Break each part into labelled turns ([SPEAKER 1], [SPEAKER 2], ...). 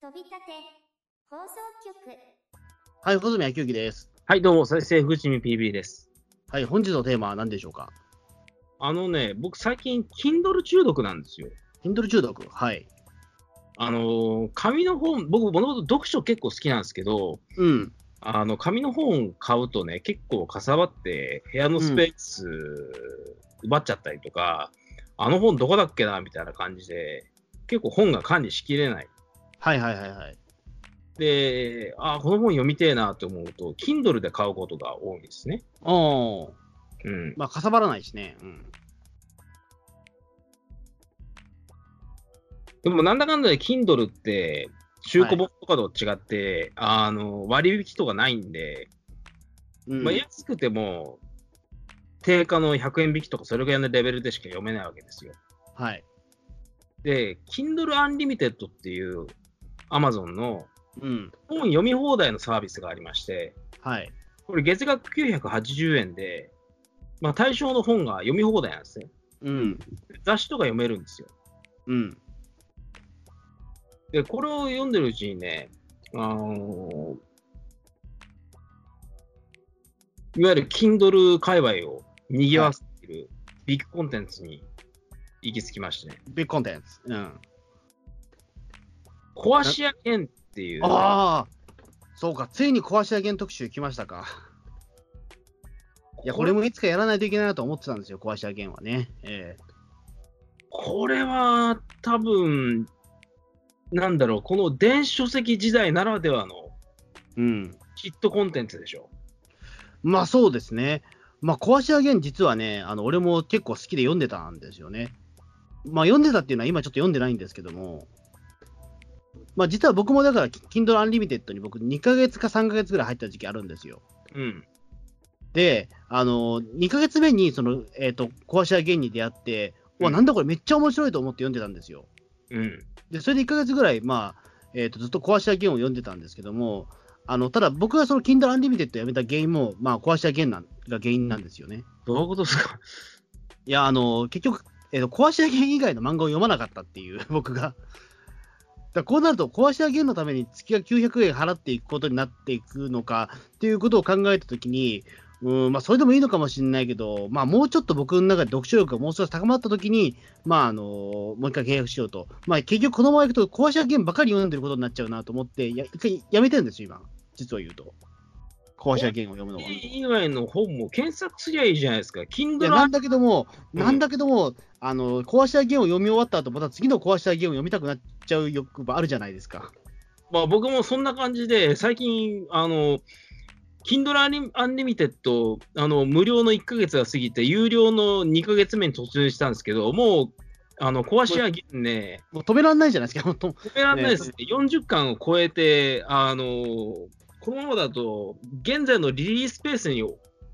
[SPEAKER 1] 飛び立て放送局
[SPEAKER 2] はい、細宮明之です。
[SPEAKER 3] はい、どうも、再生福地味 PB です。
[SPEAKER 2] はい、本日のテーマは何でしょうか
[SPEAKER 3] あのね、僕最近、Kindle 中毒なんですよ。
[SPEAKER 2] ?Kindle 中毒はい。
[SPEAKER 3] あのー、紙の本、僕、もともと読書結構好きなんですけど、
[SPEAKER 2] うん。
[SPEAKER 3] あの、紙の本買うとね、結構かさばって、部屋のスペース奪っちゃったりとか、あの本どこだっけな、みたいな感じで、結構本が管理しきれない。
[SPEAKER 2] はいはいはいはい。
[SPEAKER 3] で、ああ、この本読みてえなと思うと、Kindle で買うことが多いですね。
[SPEAKER 2] おー、
[SPEAKER 3] うん。
[SPEAKER 2] まあ、かさばらないしね。うん。
[SPEAKER 3] でも、なんだかんだで Kindle って、中古本とかと違って、あの、割引とかないんで、
[SPEAKER 2] うん
[SPEAKER 3] まあ、安くても、定価の100円引きとか、それぐらいのレベルでしか読めないわけですよ。
[SPEAKER 2] はい。
[SPEAKER 3] で、Kindle Unlimited っていう Amazon の
[SPEAKER 2] うん。
[SPEAKER 3] 本読み放題のサービスがありまして、
[SPEAKER 2] はい。
[SPEAKER 3] これ月額980円で、まあ、対象の本が読み放題なんですね。
[SPEAKER 2] うん。
[SPEAKER 3] 雑誌とか読めるんですよ。
[SPEAKER 2] うん。
[SPEAKER 3] で、これを読んでるうちにね、あのいわゆる Kindle 界隈を賑わせているビッグコンテンツに行き着きましてね、
[SPEAKER 2] ビッグコンテンツ。うん。
[SPEAKER 3] 壊し屋園っていう、
[SPEAKER 2] ああそうか、ついに壊し屋原特集来ましたか。いや、これもいつかやらないといけないなと思ってたんですよ、壊し屋原はね。ええ
[SPEAKER 3] これは多分、なんだろう、この電子書籍時代ならではの
[SPEAKER 2] うん。
[SPEAKER 3] ヒットコンテンツでしょ。
[SPEAKER 2] まあそうですね。まあ、壊し屋原実はね、あの俺も結構好きで読んでたんですよね。まあ読んでたっていうのは今ちょっと読んでないんですけども、まあ実は僕もだから Kindle Unlimited に僕2ヶ月か3ヶ月ぐらい入った時期あるんですよ。
[SPEAKER 3] うん。
[SPEAKER 2] で、あの、2ヶ月目にその、えっ、と、壊し屋原に出会って、うわ、
[SPEAKER 3] うん
[SPEAKER 2] なんだこれめっちゃ面白いと思って読んでたんですよ。
[SPEAKER 3] うん。
[SPEAKER 2] で、それで1ヶ月ぐらい、まあ、えっ、と、ずっと壊し屋弦を読んでたんですけども、あの、ただ僕がその Kindle Unlimited をやめた原因も、まあ、壊し屋弦なんが原因なんですよね。
[SPEAKER 3] どういうことですか
[SPEAKER 2] いや、あの、結局、えっ、と、壊し屋弦以外の漫画を読まなかったっていう、 僕が。だからこうなると、壊し屋弦のために月が900円払っていくことになっていくのかっていうことを考えたときに、うんまあ、それでもいいのかもしれないけど、まあ、もうちょっと僕の中で読書力がもう少し高まったときに、まああのもう一回契約しようと、まあ、結局このままいくと、壊し屋弦ばかり読んでることになっちゃうなと思って、や一回やめてるんですよ、今、実を言うと。壊し屋弦を読むのは。
[SPEAKER 3] 以外の本も検索すりゃいいじゃないですか。
[SPEAKER 2] い
[SPEAKER 3] Kindle
[SPEAKER 2] やなんだけども、
[SPEAKER 3] うん
[SPEAKER 2] なんだけども、あの壊したゲームを読み終わった後また次の壊したゲームを読みたくなっちゃう欲があるじゃないですか。
[SPEAKER 3] まあ、僕もそんな感じで、最近、あの、Kindle Unlimited、あの、無料の1ヶ月が過ぎて、有料の2ヶ月目に突入したんですけど、もう、あの、壊しやぎね、
[SPEAKER 2] もう止められないじゃないですか、 本当。
[SPEAKER 3] 止められないですね。40巻を超えて、あの、このままだと、現在のリリースペースに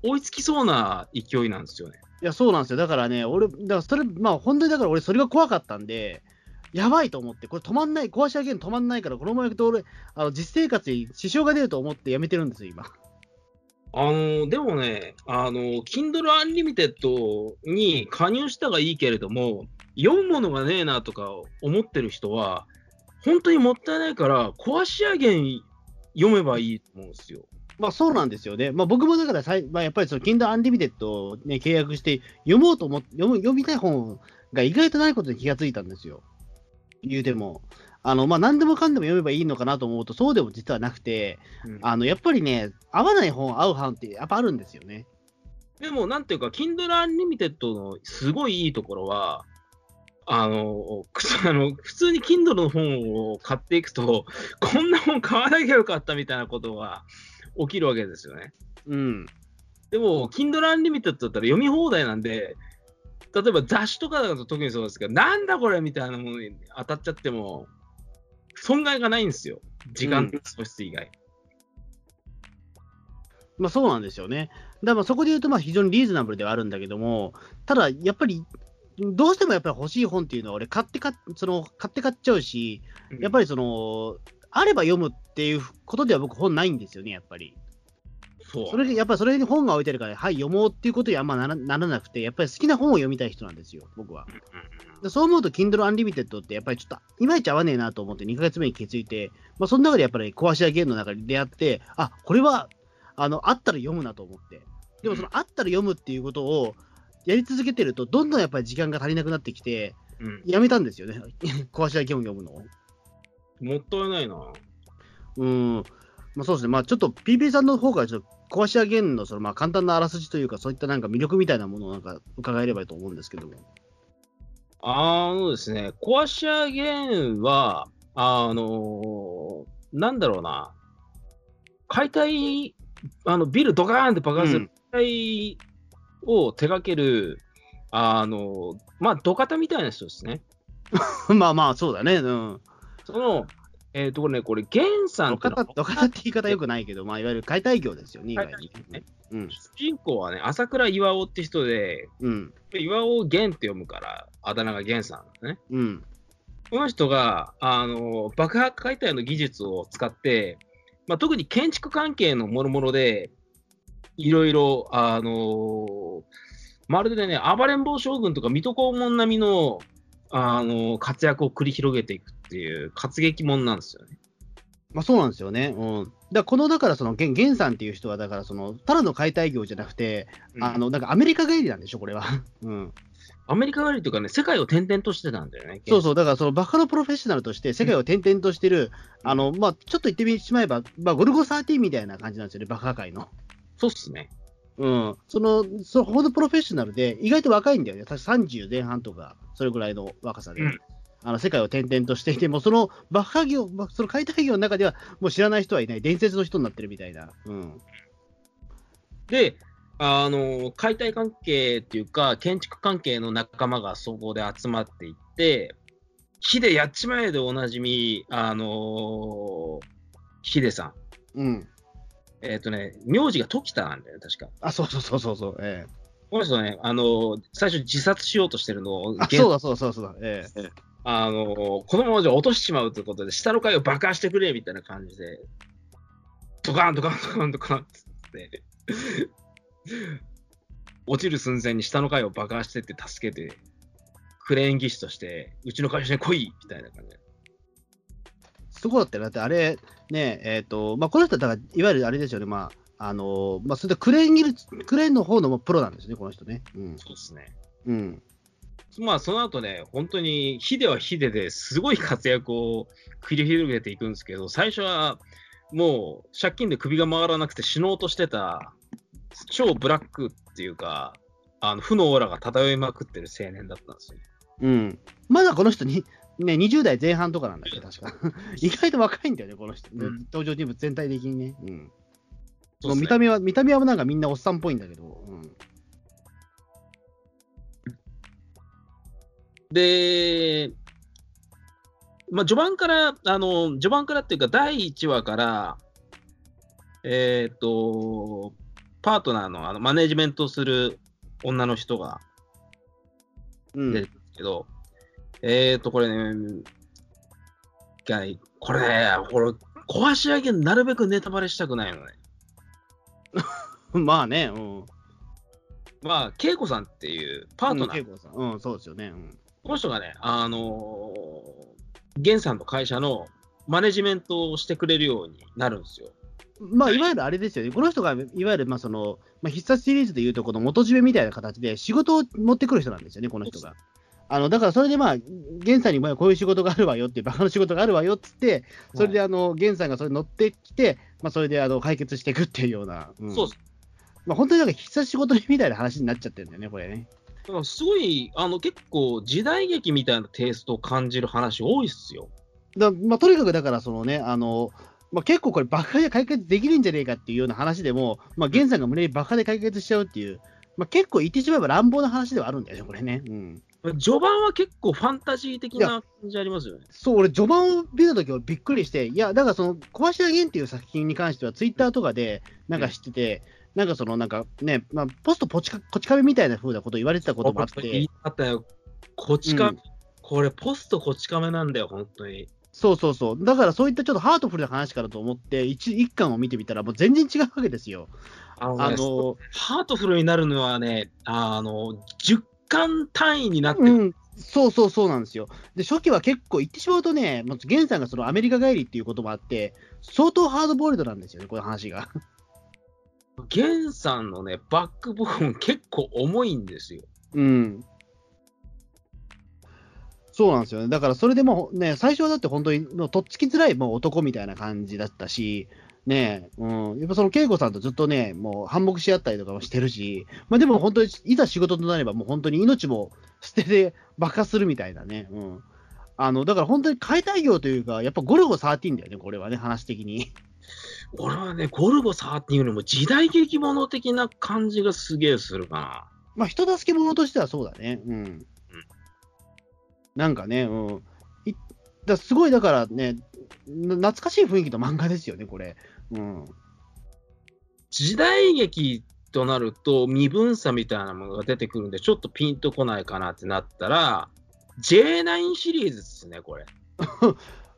[SPEAKER 3] 追いつきそうな勢いなんですよね。
[SPEAKER 2] いや、そうなんですよ。だからね、俺、だからそれ、まあ、本当にだから俺、それが怖かったんで、やばいと思って、これ止まんない、壊したゲーム止まんないから、このままいくと俺、あの実生活に支障が出ると思ってやめてるんですよ、今。
[SPEAKER 3] あの、でもね、あの、Kindle Unlimited に加入したがいいけれども、読むものがねえなとか思ってる人は、本当にもったいないから、壊し上げん読めばいいと思うんですよ。
[SPEAKER 2] まあそうなんですよね。まあ僕もだからさい、まあ、やっぱりその Kindle Unlimited を、ね、契約して読もうと思って読む、読みたい本が意外とないことに気がついたんですよ。言うても。あの、まあ何でもかんでも読めばいいのかなと思うと、そうでも実はなくて、あの、やっぱりね、合わない本、合う本ってやっぱあるんですよね。
[SPEAKER 3] でも、なんていうか、Kindle Unlimited のすごいいいところは、あの、くそあの普通に Kindle の本を買っていくと、こんな本買わなきゃよかったみたいなことが起きるわけですよね。
[SPEAKER 2] うん。
[SPEAKER 3] でも、Kindle Unlimited だったら読み放題なんで、例えば雑誌とかだと特にそうですけど、なんだこれみたいなものに当たっちゃっても、損害がないんですよ。時間の損失以外。
[SPEAKER 2] まあそうなんですよね。だからまあそこで言うと、まあ非常にリーズナブルではあるんだけども、ただやっぱり、どうしてもやっぱり欲しい本っていうのは俺買って買っ、その、買って買っちゃうし、やっぱ
[SPEAKER 3] り、
[SPEAKER 2] りその、あれば読むっていうことでは僕本ないんですよね、やっぱり。
[SPEAKER 3] そう。
[SPEAKER 2] それでやっぱりそれに本が置いてるから、はい、読もうっていうことにあんまならならなくて、やっぱり好きな本を読みたい人なんですよ、僕は。でそう思うと、Kindle Unlimited ってやっぱりちょっと、いまいち合わねえなと思って2ヶ月目に気づいて、まあ、その中でやっぱり壊し上げるの中で出会って、あ、これは、あの、あったら読むなと思って。でもその、あったら読むっていうことを、やり続けてると、どんどんやっぱり時間が足りなくなってきて、
[SPEAKER 3] うん、
[SPEAKER 2] やめたんですよね。 壊し上げ本読むのを。
[SPEAKER 3] もったいないな。
[SPEAKER 2] うん、まあ、そうですね、まあ、ちょっと PB さんの方からちょっと壊し上げんのそのまあ簡単なあらすじというか、そういったなんか魅力みたいなものをなんか伺えればと思うんですけども。
[SPEAKER 3] あのですね、コアシアゲンは、あのなんだろうな、解体、あのビルドカーンって爆発する解体を手掛ける、あのまあ、土方みたいな人ですね。
[SPEAKER 2] まあまあ、そうだね。うん。
[SPEAKER 3] その、えっ、と、これね、これ、ゲンさ
[SPEAKER 2] ど
[SPEAKER 3] んって
[SPEAKER 2] か
[SPEAKER 3] のは
[SPEAKER 2] たどかたって言い方よくないけど、まあ、いわゆる解体業ですよね、意外に
[SPEAKER 3] 解体業ね。
[SPEAKER 2] うん。
[SPEAKER 3] 主人公はね、朝倉岩尾って人で、
[SPEAKER 2] うん。
[SPEAKER 3] 岩尾源って読むから、あだ名が源さんなんですね。
[SPEAKER 2] うん。
[SPEAKER 3] この人があの爆破解体の技術を使って、まあ、特に建築関係のもろもろで、いろいろ、あのまるでね、暴れん坊将軍とか水戸黄門並みの、あの活躍を繰り広げていくっていう、活劇もんなんですよね。
[SPEAKER 2] まあ、そうなんですよね。うん。だからこの、だから、その、ゲンゲンさんっていう人は、だから、その、ただの解体業じゃなくて、あの、なんかアメリカ帰りなんでしょ、これは。 うん。
[SPEAKER 3] アメリカ帰りというかね、世界を転々としてたんだよね。
[SPEAKER 2] そうそう、だからそのバカのプロフェッショナルとして世界を転々としてる、
[SPEAKER 3] うん
[SPEAKER 2] あのまあ、ちょっと言ってしまえば、まあ、ゴルゴ13みたいな感じなんですよね、バカ界の。
[SPEAKER 3] そうっすね。
[SPEAKER 2] うん、その、そほどプロフェッショナルで、意外と若いんだよね、私30前半とか、それぐらいの若さで、
[SPEAKER 3] うん
[SPEAKER 2] あの世界を転々としていて、もうそのバカ業、まあその解体業の中では、もう知らない人はいない、伝説の人になってるみたいな。うん、
[SPEAKER 3] で、あの解体関係っていうか、建築関係の仲間がそこで集まっていって、ヒデやっちまえでおなじみ、あのヒデさん、
[SPEAKER 2] うん、
[SPEAKER 3] えっ、とね、名字が時田なんだよね、確か。
[SPEAKER 2] あ、そうそうそうそうそう、ええ
[SPEAKER 3] この人ね、あの最初自殺しようとしてるのを、
[SPEAKER 2] あ、そうだそうだそうだそうだ、ええ
[SPEAKER 3] あのこのままじゃ落としてしまうということで、下の階を爆破してくれみたいな感じで、ドカーン、ドカーン、ドカーン、ドカーンっつって、落ちる寸前に下の階を爆破してって助けて、クレーン技師として、うちの会社に来いみたいな感じで。
[SPEAKER 2] そこだって、だってあれ、ねえ、えっ、と、まあ、この人はだから、いわゆるあれですよね、まあ、あのまあ、それでクレーン技術、クレーンの方のまあプロなんですね、この人ね。うん。
[SPEAKER 3] そうですね。
[SPEAKER 2] うん。
[SPEAKER 3] まあ、その後ね、本当に、ヒデはヒデですごい活躍を繰り広げていくんですけど、最初はもう借金で首が回らなくて死のうとしてた、超ブラックっていうか、あの負のオーラが漂いまくってる青年だったんですよ。
[SPEAKER 2] うん。まだこの人に、ね、20代前半とかなんだけど、確か。 意外と若いんだよね、この人。
[SPEAKER 3] うん
[SPEAKER 2] 登場人物全体的にね。うん。
[SPEAKER 3] そうっすね
[SPEAKER 2] 見た目は、見た目はなんかみんなおっさんっぽいんだけど。うん。
[SPEAKER 3] で、まあ、序盤から、あの、序盤からっていうか、第1話から、えっ、と、パートナーのあのマネジメントする女の人が、
[SPEAKER 2] うん。
[SPEAKER 3] でけど、えーと、これね、いやこれね、これ、壊し上げ、なるべくネタバレしたくないのね。
[SPEAKER 2] まあね、うん。
[SPEAKER 3] まあ、恵子さんっていうパートナー、
[SPEAKER 2] うん恵子さんうん、そうですよね。うん。
[SPEAKER 3] この人がね、あのー、源さんの会社のマネジメントをしてくれるようになるんですよ。
[SPEAKER 2] まあ、いわゆるあれですよね、この人がいわゆるまあその、まあ、必殺シリーズでいうと、この元締めみたいな形で仕事を持ってくる人なんですよね、この人が。あのだからそれで、まあ、源さんにまあこういう仕事があるわよって、バカの仕事があるわよっつって、それであの源さんがそれに乗ってきて、まあ、それであの解決していくっていうような、うん
[SPEAKER 3] そうです
[SPEAKER 2] まあ、本当になんか必殺仕事みたいな話になっちゃってるんだよね、これね。
[SPEAKER 3] だからすごい、あの、結構、時代劇みたいなテイストを感じる話多いっすよ。
[SPEAKER 2] だまあ、とにかくだから、そのね、あのまあ、結構これ、爆破で解決できるんじゃねえかっていうような話でも、まあ、源さんが無理やり爆破で解決しちゃうっていう、まあ、結構言ってしまえば乱暴な話ではあるんだよね、これね。うん、
[SPEAKER 3] 序盤は結構ファンタジー的な感じありますよね。
[SPEAKER 2] そう、俺、序盤を見たとき、俺びっくりして、いや、だからその、壊し上げんっていう作品に関しては、ツイッターとかでなんか知ってて、なんかその、なんかね、まあ、ポストポチカこち亀みたいな風なこと言われてたこともあっ
[SPEAKER 3] 言
[SPEAKER 2] て
[SPEAKER 3] い、たかったよ。こちか、
[SPEAKER 2] うん
[SPEAKER 3] これ、ポストこち亀なんだよ、本当に。
[SPEAKER 2] そうそうそう。だからそういったちょっとハートフルな話からと思って、一一巻を見てみたら、もう全然違うわけですよ。
[SPEAKER 3] あのね
[SPEAKER 2] あの、
[SPEAKER 3] ハートフルになるのはね、あの、10巻単位になってる。
[SPEAKER 2] うん、そうそうそうなんですよ。で、初期は結構言ってしまうとね、まず源さんがそのアメリカ帰りっていうこともあって、相当ハードボイルドなんですよね、この話が。
[SPEAKER 3] ゲンさんのね、バックボーン結構重いんですよ。
[SPEAKER 2] うん。そうなんですよね。だからそれでもうね、最初はだって本当にもうとっつきづらいもう男みたいな感じだったし、ねえ、うん、やっぱその恵子さんとずっとね、もう反目し合ったりとかもしてるし、まあでも本当にいざ仕事となればもう本当に命も捨てて爆破するみたいなね。うん。あの、だから本当に解体業というか、やっぱゴルゴ13だよね、これはね、話的に。
[SPEAKER 3] 俺はね、ゴルゴサーっていうよりも時代劇もの的な感じがすげえするか
[SPEAKER 2] まあ、人助け者としてはそうだね。うん。なんかね、うん。いだすごい、だからね、な懐かしい雰囲気の漫画ですよね、これ。うん。
[SPEAKER 3] な。時代劇となると身分差みたいなものが出てくるんで、ちょっとピンとこないかなってなったら、J9 シリーズですね、これ。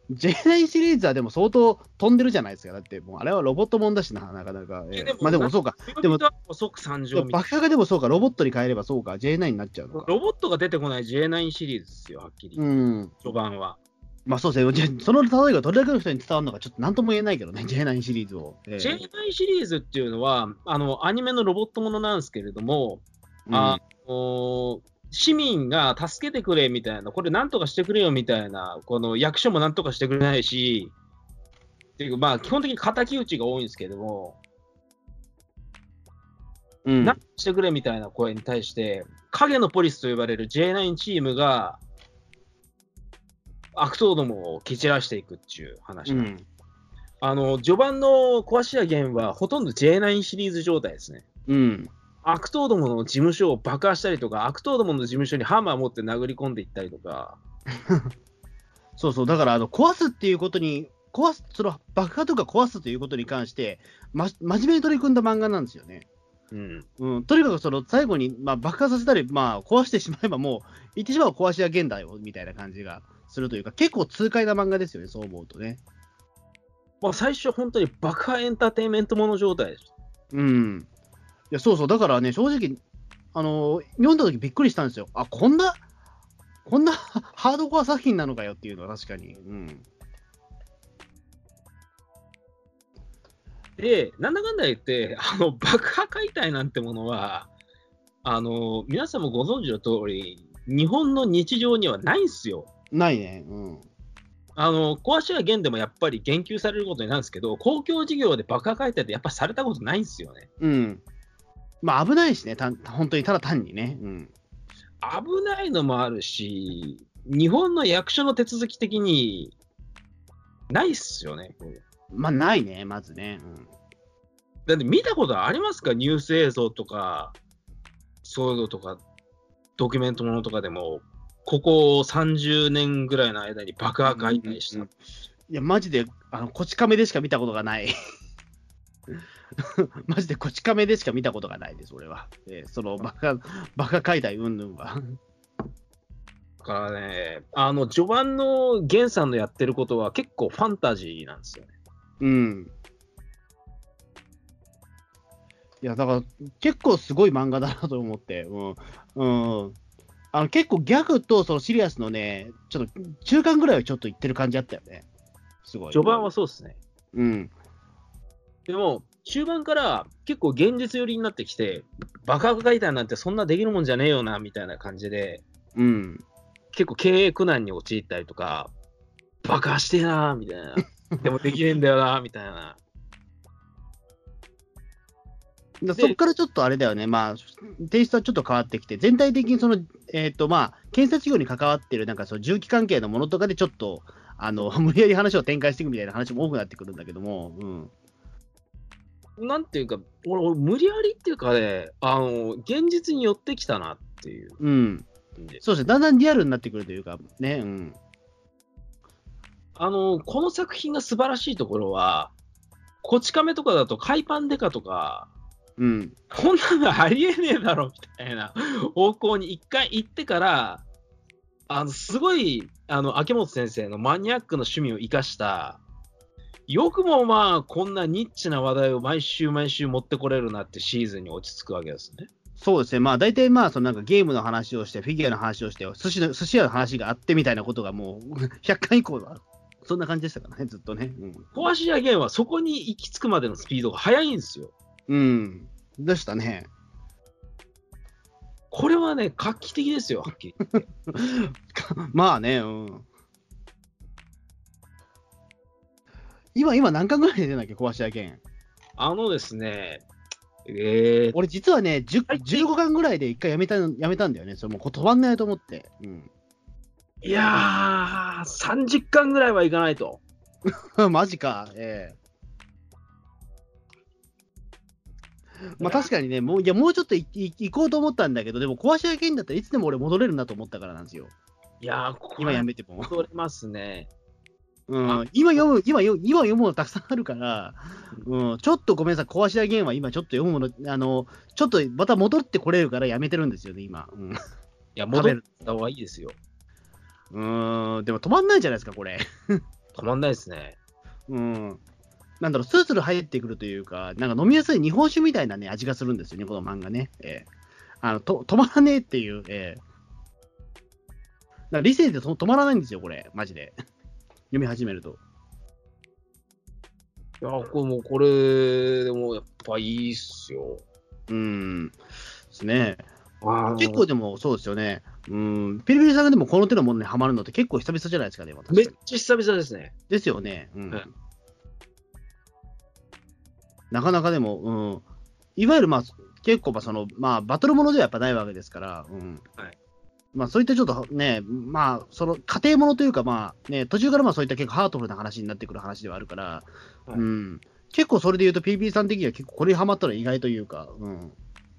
[SPEAKER 2] J9 シリーズはでも相当飛んでるじゃないですか。だって、もうあれはロボットもんだしな、なかなか。
[SPEAKER 3] いや
[SPEAKER 2] え
[SPEAKER 3] でも
[SPEAKER 2] まあでもそうか。でも、
[SPEAKER 3] 即参上みたい
[SPEAKER 2] 爆破がでもそうか、ロボットに変えればそうか、J9 になっちゃうの
[SPEAKER 3] な。
[SPEAKER 2] か。
[SPEAKER 3] ロボットが出てこない J9 シリーズですよ、はっきり。
[SPEAKER 2] うん。
[SPEAKER 3] 序盤は。
[SPEAKER 2] まあそうですねじゃあ。その例えがどれだけの人に伝わるのか、ちょっとなんとも言えないけどね、J9 シリーズを。ええ
[SPEAKER 3] J9 シリーズっていうのは、あの、アニメのロボットものなんですけれども、
[SPEAKER 2] うん
[SPEAKER 3] あの市民が助けてくれみたいな、これなんとかしてくれよみたいな、この役所もなんとかしてくれないし、っていうかまあ、基本的に敵討ちが多いんですけども、
[SPEAKER 2] うん
[SPEAKER 3] なんとかしてくれみたいな声に対して、影のポリスと呼ばれる J9 チームが、悪党どもを蹴散らしていくっていう話、
[SPEAKER 2] うん
[SPEAKER 3] あの序盤の壊し屋源はほとんど J9 シリーズ状態ですね。
[SPEAKER 2] うん。
[SPEAKER 3] 悪党どもの事務所を爆破したりとか、悪党どもの事務所にハンマー持って殴り込んでいったりとか、
[SPEAKER 2] そうそう、だからあの壊すっていうことに、壊すその爆破とか壊すということに関して、ま、真面目に取り組んだ漫画なんですよね。
[SPEAKER 3] うん、
[SPEAKER 2] うん、とにかくその最後に、まあ、爆破させたり、まあ、壊してしまえば、もう言ってしまう壊し屋現代をみたいな感じがするというか、結構痛快な漫画ですよね、そう思うとね。
[SPEAKER 3] まあ、最初、本当に爆破エンターテインメントもの状態です。
[SPEAKER 2] うん。いや、そうそう、だからね、正直、あの読んだ時びっくりしたんですよ。あ、こんな、こんな ハードコア作品なのかよっていうのは確かに。うん。
[SPEAKER 3] で、なんだかんだ言って、 あの爆破解体なんてものは、あの皆さんもご存知の通り、日本の日常にはないんですよ。
[SPEAKER 2] ないね。うん。
[SPEAKER 3] あの壊し屋源でもやっぱり言及されることになるんですけど、公共事業で爆破解体ってやっぱされたことないんですよね。
[SPEAKER 2] うん。まあ危ないしね、た本当にただ単にね。うん。
[SPEAKER 3] 危ないのもあるし、日本の役所の手続き的にないっすよね。こういう
[SPEAKER 2] まあないね、まずね。うん、
[SPEAKER 3] だって見たことありますかニュース映像とか、そういうのとか、ドキュメントものとかでも、ここ30年ぐらいの間に爆破解体し
[SPEAKER 2] う
[SPEAKER 3] た。
[SPEAKER 2] んいや、マジで、あの、こち亀でしか見たことがない。 マジでこち亀でしか見たことがないです、俺は。えーそのバカ、バカ解体うんぬんは。
[SPEAKER 3] だからね、あの、序盤の源さんのやってることは結構ファンタジーなんですよね。
[SPEAKER 2] うん。いや、だから、結構すごい漫画だなと思って。うん。うん。あの、結構ギャグとそのシリアスのね、ちょっと中間ぐらいはちょっといってる感じあったよね。すごい。
[SPEAKER 3] 序盤はそうですね。
[SPEAKER 2] うん。
[SPEAKER 3] でも、終盤から結構現実寄りになってきて、爆破解体なんてそんなできるもんじゃねえよな、みたいな感じで、
[SPEAKER 2] うん。
[SPEAKER 3] 結構経営苦難に陥ったりとか、爆破してえな、みたいな。でもできねえんだよな、みたいな。
[SPEAKER 2] だ
[SPEAKER 3] で
[SPEAKER 2] そこからちょっとあれだよね、まあ、テイストはちょっと変わってきて、全体的にその、えーとまあ、検察業に関わってるなんかその重機関係のものとかでちょっとあの 無理やり話を展開していくみたいな話も多くなってくるんだけども、うん、
[SPEAKER 3] なんていうか、俺、俺無理やりっていうかね、あの、現実に寄ってきたなっていう
[SPEAKER 2] うん、
[SPEAKER 3] んで。
[SPEAKER 2] そうですね、だんだんリアルになってくるというか、ね、うん、
[SPEAKER 3] あの、この作品が素晴らしいところは、こち亀とかだと、海パンデカとか、
[SPEAKER 2] うん、
[SPEAKER 3] こんなのありえねえだろみたいな方向に一回行ってから、あの、すごい、あの、秋元先生のマニアックな趣味を生かした、よくもまあ、こんなニッチな話題を毎週毎週持ってこれるなってシーズンに落ち着くわけですね。
[SPEAKER 2] そうですね、まあ、大体まあそのなんかゲームの話をして、フィギュアの話をして、寿司の寿司屋の話があってみたいなことがもう 100回以降は、そんな感じでしたからね、ずっとね。
[SPEAKER 3] 壊し屋ゲームはそこに行き着くまでのスピードが速いんですよ。
[SPEAKER 2] うん、うん、でしたね。
[SPEAKER 3] これはね、画期的ですよ、はっきり。
[SPEAKER 2] まあね、うん。今、今何巻ぐらい出てんだっけ、壊し屋剣。
[SPEAKER 3] あのですね、えー、
[SPEAKER 2] 俺、実はね、10
[SPEAKER 3] はい
[SPEAKER 2] 15巻ぐらいで一回やめたやめたんだよね、それもうこう止まんないと思って。うん、
[SPEAKER 3] いやー、30巻ぐらいはいかないと。
[SPEAKER 2] マジか、ええまあ確かにね、もういやもうちょっといい行こうと思ったんだけど、でも壊し屋剣だったらいつでも俺戻れるなと思ったからなんですよ。
[SPEAKER 3] いやー、ここ
[SPEAKER 2] 今
[SPEAKER 3] は
[SPEAKER 2] やめても。
[SPEAKER 3] 戻れますね。
[SPEAKER 2] うん、今読む、今読む、今読むものたくさんあるから、うん、ちょっとごめんなさい、壊し屋ゲームは今ちょっと読むもの、あの、ちょっとまた戻ってこれるからやめてるんですよね、今。
[SPEAKER 3] いや、
[SPEAKER 2] 食
[SPEAKER 3] 戻
[SPEAKER 2] べ
[SPEAKER 3] っ
[SPEAKER 2] る
[SPEAKER 3] た方がいいですよ。
[SPEAKER 2] うん、うんでも止まんないじゃないですか、これ。
[SPEAKER 3] 止まんないですね。
[SPEAKER 2] うん。なんだろう、スルスル入ってくるというか、なんか飲みやすい日本酒みたいなね、味がするんですよね、この漫画ね。ええあのと止まらねえっていう、ええだから理性でと止まらないんですよ、これ、マジで。 読み始めると。
[SPEAKER 3] いや、これもうこれ、でもやっぱいいっすよ。
[SPEAKER 2] うん。ですね。
[SPEAKER 3] あ
[SPEAKER 2] 結構でもそうですよね。うん。ピリピリさんがでもこの手のものにハマるのって結構久々じゃないですかね、私
[SPEAKER 3] めっちゃ久々ですね。
[SPEAKER 2] ですよね。うん
[SPEAKER 3] はい
[SPEAKER 2] なかなかでも、うん、いわゆる、まあ、結構まあその、まあ、バトルものではやっぱないわけですから、うん
[SPEAKER 3] はい
[SPEAKER 2] まあ、そういったちょっとね、まあ、その家庭ものというか、まあね、途中からまあそういった結構ハートフルな話になってくる話ではあるから、
[SPEAKER 3] はい
[SPEAKER 2] うん、結構それで言うと、PP さん的には結構これにハマったの意外というか、うん、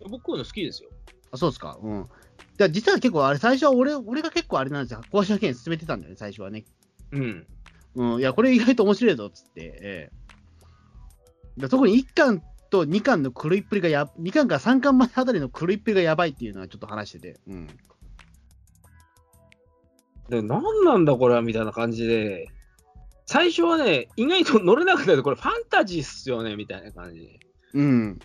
[SPEAKER 3] 僕こういうの好きですよ。
[SPEAKER 2] あそうですか。うんだから実は結構あれ、最初は俺俺が結構あれなんですよ、壊しの件進めてたんだよね、最初はね、
[SPEAKER 3] うん。
[SPEAKER 2] うん、いや、これ意外と面白いぞっつって、ええで特に1巻と2巻の狂いっぷりがや、2巻から3巻まであたりの狂いっぷりがやばいっていうのはちょっと話してて、うん、
[SPEAKER 3] で、なんなんだこれはみたいな感じで、最初はね、意外と乗れなくて、これファンタジーっすよねみたいな感じで。
[SPEAKER 2] うん。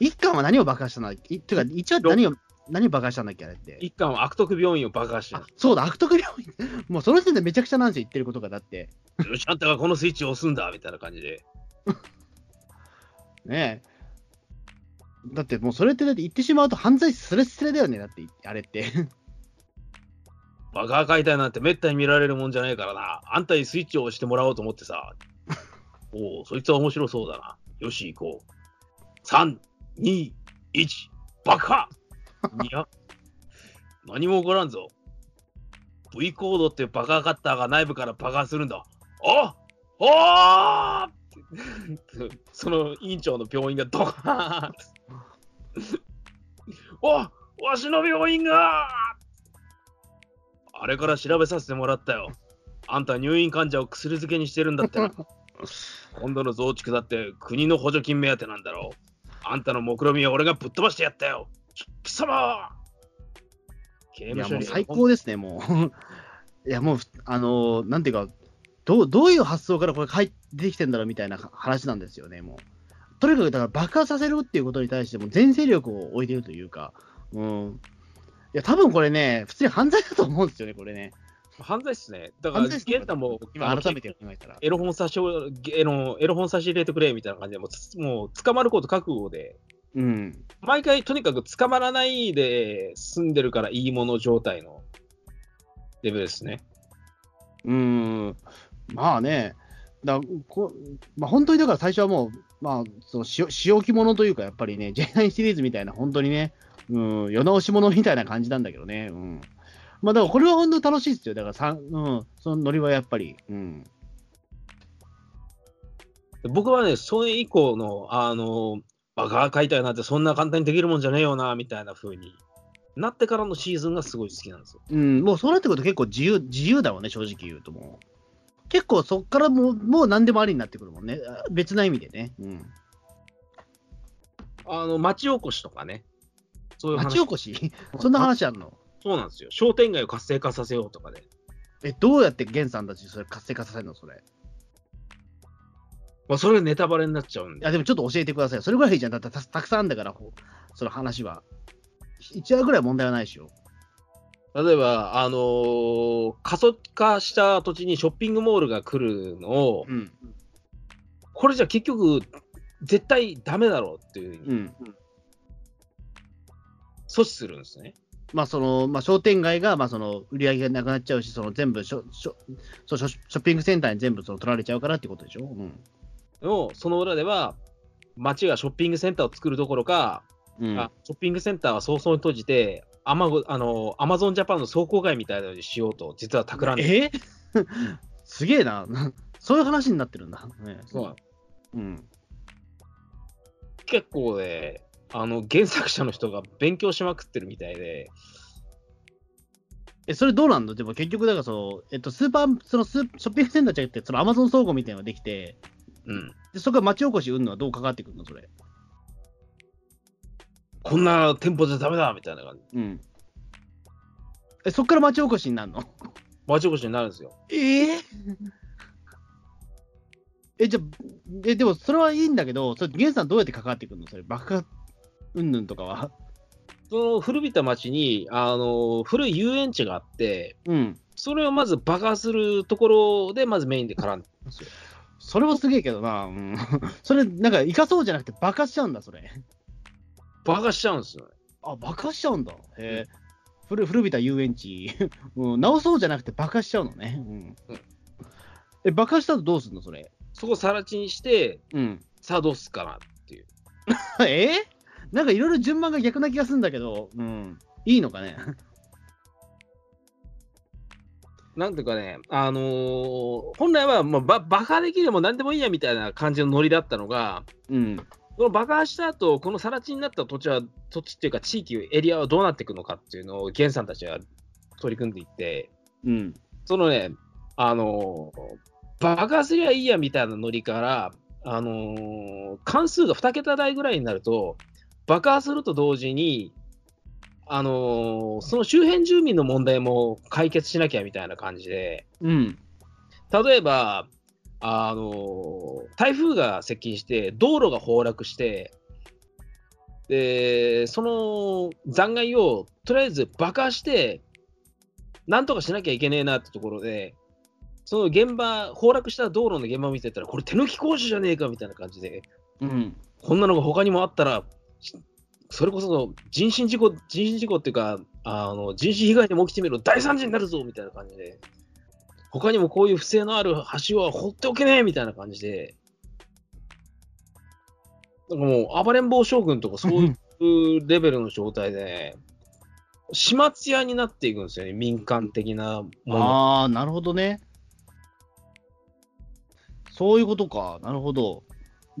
[SPEAKER 2] 1巻は何を爆破したんだっけいていうか、1話って何を、何を爆破したんだっけあれって。
[SPEAKER 3] 一巻は悪徳病院を爆破 して
[SPEAKER 2] あ、そうだ、悪徳病院。 もうその時点でめちゃくちゃなんですよ、言ってることが。だって、
[SPEAKER 3] よし、あんたがこのスイッチを押すんだみたいな感じで。
[SPEAKER 2] ねえ。だってもうそれって、だって言ってしまうと犯罪すれすれだよね、だって、あれって。
[SPEAKER 3] 爆破解体なんてめったに見られるもんじゃないからな。あんたにスイッチを押してもらおうと思ってさ。おお、そいつは面白そうだな。よし、行こう。3、2、1、爆破いや、何も起こらんぞ。V コードって爆破カッターが内部から爆破するんだ。ああーって その院長の病院がドカーンっておわしの病院があれから調べさせてもらったよ。あんた入院患者を薬漬けにしてるんだってな。今度の増築だって国の補助金目当てなんだろう。あんたの目論見みは俺がぶっ飛ばしてやったよ。き貴様刑
[SPEAKER 2] い
[SPEAKER 3] 務
[SPEAKER 2] や、
[SPEAKER 3] 所
[SPEAKER 2] もう
[SPEAKER 3] に
[SPEAKER 2] 最高ですね、もう。 いや、もう、あのーなんていうか、どうどういう発想からこれ入って出てきてんだろうみたいな話なんですよね、もう。とにかく、だから爆破させるっていうことに対して、もう全勢力を置いてるというか、うん。いや、多分これね、普通に犯罪だと思うんですよね、これね。
[SPEAKER 3] 犯罪っすね。だか
[SPEAKER 2] 犯
[SPEAKER 3] ら、
[SPEAKER 2] 罪です
[SPEAKER 3] ゲンタも
[SPEAKER 2] 今、改めて考えたら。
[SPEAKER 3] エロ本差しをエロ、エロ本差し入れてくれみたいな感じで、もうつもう捕まること覚悟で、
[SPEAKER 2] うん。
[SPEAKER 3] 毎回とにかく捕まらないで済んでるからいいもの状態のレベルですね。
[SPEAKER 2] うーん。まあね、だこまあ、本当にだから最初はもう、まあ、そのし仕置き物というか、やっぱりね、J9 シリーズみたいな、本当にね、うん、世直し物みたいな感じなんだけどね。うん。まあ、だからこれは本当に楽しいですよ。だから、さんうん、そのノリはやっぱり。うん。
[SPEAKER 3] で僕はね、それ以降の、あの、バカ解体なんてそんな簡単にできるもんじゃねえよな、みたいな風になってからのシーズンがすごい好きなんですよ。
[SPEAKER 2] うん、もうそうなってくると結構自由自由だもんね、正直言うともう。結構そっからもうもう何でもありになってくるもんね。あ別な意味でね。うん。
[SPEAKER 3] あの、町おこしとかね、そういう
[SPEAKER 2] 町
[SPEAKER 3] 話。
[SPEAKER 2] おこし そんな話あんの
[SPEAKER 3] そうなんですよ。商店街を活性化させようとかで。
[SPEAKER 2] え、どうやって源さんたちそれ活性化させるのそれ。
[SPEAKER 3] まあ、それがネタバレになっちゃうん
[SPEAKER 2] い
[SPEAKER 3] で。
[SPEAKER 2] や、でもちょっと教えてくださいよ。それぐらいじゃん。だってたたくさんあんだから、ほその話は。1話ぐらい問題はないでしょ。
[SPEAKER 3] 例えば、あのー過疎化した土地にショッピングモールが来るのを、
[SPEAKER 2] うん。
[SPEAKER 3] これじゃ結局、絶対ダメだろうっていうふう
[SPEAKER 2] う
[SPEAKER 3] に
[SPEAKER 2] ん。
[SPEAKER 3] 阻止するんですね。
[SPEAKER 2] まあ、その、まあ、商店街が、まあ、その、売り上げがなくなっちゃうし、その、全部しょしょそうショ、ショッピングセンターに全部その取られちゃうからってことでしょ。うん。
[SPEAKER 3] でも、その裏では、町がショッピングセンターを作るどころか、
[SPEAKER 2] うん、
[SPEAKER 3] あショッピングセンターは早々に閉じて、アマゴあのアマゾンジャパンの倉庫街みたいなのにしようと、実は企んでる
[SPEAKER 2] え すげえな。 そういう話になってるんだ。ね、
[SPEAKER 3] そうなん
[SPEAKER 2] うん。
[SPEAKER 3] 結構ね、あの原作者の人が勉強しまくってるみたいで、
[SPEAKER 2] え、それどうなんのでも結局、だからその、えっと、スーパー、そのスー、ショッピングセンターじゃなくて、そのアマゾン倉庫みたいなのができて、
[SPEAKER 3] うん、
[SPEAKER 2] でそこから町おこし運のはどう関わってくるのそれ。
[SPEAKER 3] こんな店舗じゃダメだみたいな感じ、
[SPEAKER 2] うん。え、そっから町おこしになるの
[SPEAKER 3] 町おこしになるんですよ。
[SPEAKER 2] ええ え、じゃあえ、でもそれはいいんだけど、それ、源さんどうやって関わってくるのそれ、爆破うんぬんとかは。
[SPEAKER 3] その古びた町にあの古い遊園地があって、
[SPEAKER 2] うん。
[SPEAKER 3] それをまず爆破するところで、まずメインで絡んでるんですよ。
[SPEAKER 2] それもすげえけどな。うん。 それ、なんか、生かそうじゃなくて爆破しちゃうんだ、それ。
[SPEAKER 3] 爆破しちゃうんですよね。
[SPEAKER 2] あ、爆破しちゃうんだ。へえ。古古びた遊園地、 うん、直そうじゃなくて爆破しちゃうのね。うん。
[SPEAKER 3] うん
[SPEAKER 2] え、爆破した後どうすんのそれ。
[SPEAKER 3] そこさら地にして、
[SPEAKER 2] うん。
[SPEAKER 3] さあどうすっかなっていう。
[SPEAKER 2] えーなんかいろいろ順番が逆な気がするんだけど、うん、いいのかね。
[SPEAKER 3] なんていうかね、あのー本来はもうば爆破できても何でもいいやみたいな感じのノリだったのが、
[SPEAKER 2] うん、
[SPEAKER 3] この爆破した後、この更地になった土地は、土地っていうか地域、エリアはどうなっていくのかっていうのを、ゲンさんたちは取り組んでいって、
[SPEAKER 2] うん、
[SPEAKER 3] そのね、あのー爆破すりゃいいやみたいなノリから、あのー関数が2桁台ぐらいになると、爆破すると同時に、あのーその周辺住民の問題も解決しなきゃみたいな感じで、
[SPEAKER 2] うん、
[SPEAKER 3] 例えば、あの台風が接近して、道路が崩落して、で、その残骸をとりあえず爆破して、なんとかしなきゃいけねえなってところで、その現場、崩落した道路の現場を見てたら、これ手抜き工事じゃねえかみたいな感じで、
[SPEAKER 2] うん、
[SPEAKER 3] こんなのが他にもあったら、しそれこそ人身事故、人身事故っていうか、あの人身被害にも起きてみろ、大惨事になるぞみたいな感じで、他にもこういう不正のある橋は放っておけねえみたいな感じで、なんかもう暴れん坊将軍とかそういうレベルの状態でね、始末屋になっていくんですよね、民間的なもの。
[SPEAKER 2] ああ、なるほどね。そういうことか、なるほど。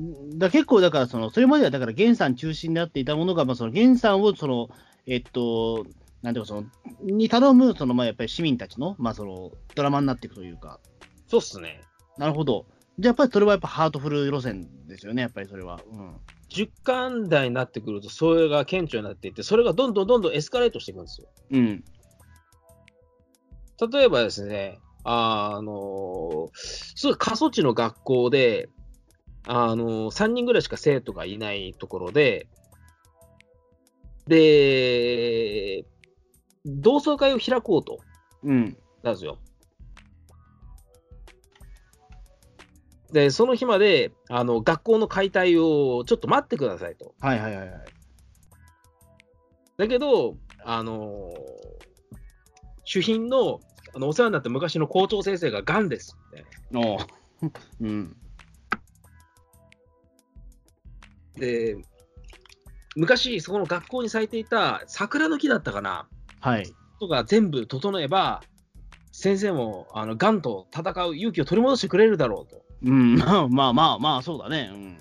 [SPEAKER 2] んだ結構だからその、それまではだから、源さん中心になっていたものが、まあ、その源さんをその、えっと、なんていうかその、に頼む、そのまあやっぱり市民たちの、まあ、そのドラマになっていくというか、
[SPEAKER 3] そうっすね。
[SPEAKER 2] なるほど。じゃあ、やっぱりそれはやっぱハートフル路線ですよね、やっぱりそれは。うん
[SPEAKER 3] 10巻台になってくると、それが顕著になっていって、それがどんどんどんどんエスカレートしていくんですよ。
[SPEAKER 2] うん
[SPEAKER 3] 例えばですね、あのそう過疎地の学校で、あの3人ぐらいしか生徒がいないところで、で、同窓会を開こうと、
[SPEAKER 2] うん。
[SPEAKER 3] なんですよ。で、その日まで、あの、学校の解体をちょっと待ってくださいと。
[SPEAKER 2] はいはいはいはい。
[SPEAKER 3] だけど、あのー主賓のあのお世話になった昔の校長先生ががんですみたい
[SPEAKER 2] おう。うん。
[SPEAKER 3] なで、昔、そこの学校に咲いていた桜の木だったかな、
[SPEAKER 2] はい。
[SPEAKER 3] とか全部整えば、先生もあのがんと戦う勇気を取り戻してくれるだろうと。
[SPEAKER 2] うん。 まあまあまあまあ、そうだね。うん。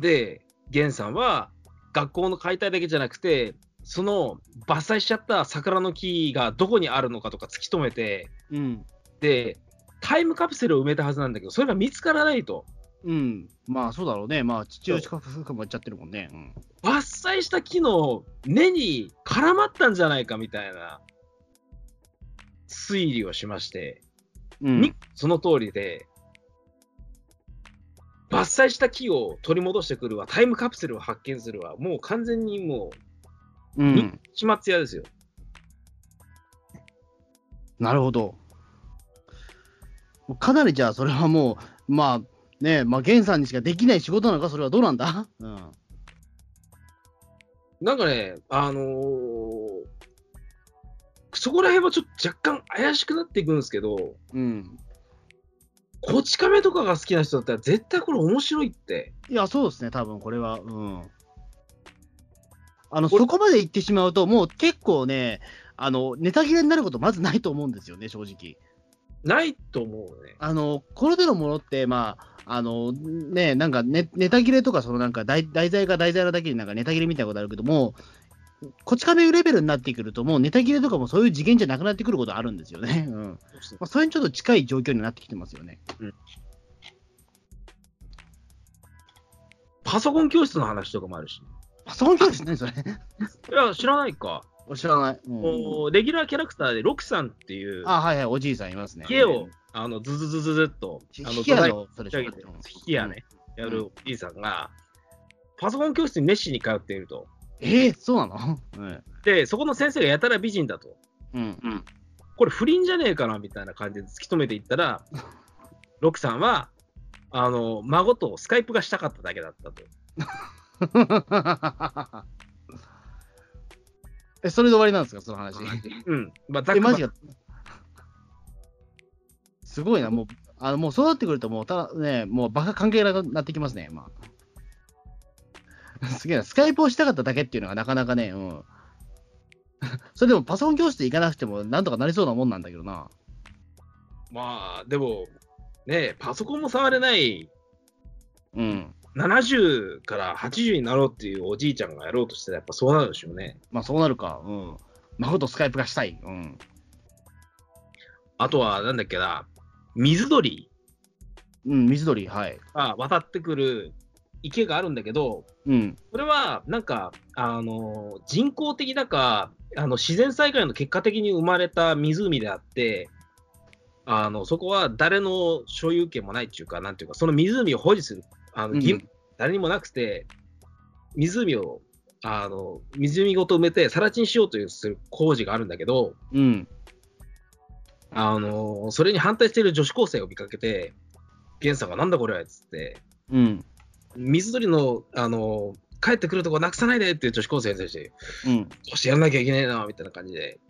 [SPEAKER 3] で、源さんは学校の解体だけじゃなくて、その伐採しちゃった桜の木がどこにあるのかとか突き止めて、
[SPEAKER 2] うん。
[SPEAKER 3] で、タイムカプセルを埋めたはずなんだけど、それが見つからないと。
[SPEAKER 2] うん。まあ、そうだろうね。まあ、地中深くもっちゃってるもんね。うん。
[SPEAKER 3] 伐採した木の根に絡まったんじゃないかみたいな推理をしまして、
[SPEAKER 2] うん
[SPEAKER 3] にその通りで、伐採した木を取り戻してくるわ、タイムカプセルを発見するわ、もう完全にも
[SPEAKER 2] う。
[SPEAKER 3] うんう始末屋ですよ。
[SPEAKER 2] なるほど。かなりじゃあ、それはもう、まあ、ねまあ、源さんにしかできない仕事なのか、それはどうなんだうん。
[SPEAKER 3] なんかね、あのーそこら辺はちょっと若干怪しくなっていくんですけど、
[SPEAKER 2] うん。
[SPEAKER 3] こち亀とかが好きな人だったら絶対これ面白いって。
[SPEAKER 2] いや、そうですね、多分これは。うん。あの、
[SPEAKER 3] これ
[SPEAKER 2] そこまで行ってしまうと、もう結構ね、あの、ネタ切れになることまずないと思うんですよね、正直。
[SPEAKER 3] ないと思うね。
[SPEAKER 2] あの、この手のものって、まあ、あの、ね、なんかネネタ切れとか、そのなんか題題材が題材なだけになんかネタ切れみたいなことあるけども、こち亀レベルになってくると、もうネタ切れとかもそういう次元じゃなくなってくることあるんですよ ね。うん。まあ、それにちょっと近い状況になってきてますよね。
[SPEAKER 3] パソコン教室の話とかもあるし。
[SPEAKER 2] パソコン教室ね、 それ。
[SPEAKER 3] いや、知らないか。
[SPEAKER 2] 知らない。うん
[SPEAKER 3] こうレギュラーキャラクターでロクさんっていう、
[SPEAKER 2] あ、はいはい、おじいさんいますね。
[SPEAKER 3] 家をあのズズズズズっと、あ
[SPEAKER 2] 引
[SPEAKER 3] の
[SPEAKER 2] き屋
[SPEAKER 3] 土
[SPEAKER 2] の、それ
[SPEAKER 3] 台
[SPEAKER 2] で
[SPEAKER 3] に
[SPEAKER 2] しょ
[SPEAKER 3] 引き上げて、引き屋ね、やるおじいさんが、パソコン教室に熱心に通っていると。
[SPEAKER 2] えー、そうなのうん。
[SPEAKER 3] で、そこの先生がやたら美人だと。
[SPEAKER 2] うん。 うん。
[SPEAKER 3] これ不倫じゃねえかなみたいな感じで突き止めていっ たら、ロクさんは、あの孫とスカイプがしたかっただけだったと。
[SPEAKER 2] え、それで終わりなんですか、その話。
[SPEAKER 3] うん。まあ、ざっ
[SPEAKER 2] え、
[SPEAKER 3] くば
[SPEAKER 2] マジか。すごいな、もう、あのもうそうなってくると、もう、ただね、もうバカ関係なくなってきますね、まあ。 すげえな、スカイプをしたかっただけっていうのがなかなかね、うん。 それでもパソコン教室行かなくても、なんとかなりそうなもんなんだけどな。
[SPEAKER 3] まあ、でも、ね、パソコンも触れない
[SPEAKER 2] うん。
[SPEAKER 3] 70から80になろうっていうおじいちゃんがやろうとしたら、やっぱそうなるでしょうね。
[SPEAKER 2] まあそうなるか。うん。孫とスカイプがしたい。うん。
[SPEAKER 3] あとは、なんだっけな、水鳥
[SPEAKER 2] うん、水鳥、はい。
[SPEAKER 3] が渡ってくる池があるんだけど、
[SPEAKER 2] うん。
[SPEAKER 3] これはなんか、あの人工的だかあの、自然災害の結果的に生まれた湖であって、あのそこは誰の所有権もないっていうか、なんていうか、その湖を保持するあの義務、
[SPEAKER 2] うん
[SPEAKER 3] 誰にもなくて、湖をあの湖ごと埋めて、更地にしようというする工事があるんだけど、
[SPEAKER 2] うん。
[SPEAKER 3] あのそれに反対している女子高生を見かけて、源さんがなんだこれはっつって、
[SPEAKER 2] うん。
[SPEAKER 3] 水鳥の、あの帰ってくるとこなくさないでっていう女子高生に対して、
[SPEAKER 2] うん。
[SPEAKER 3] そしてやんなきゃいけないな、みたいな感じで。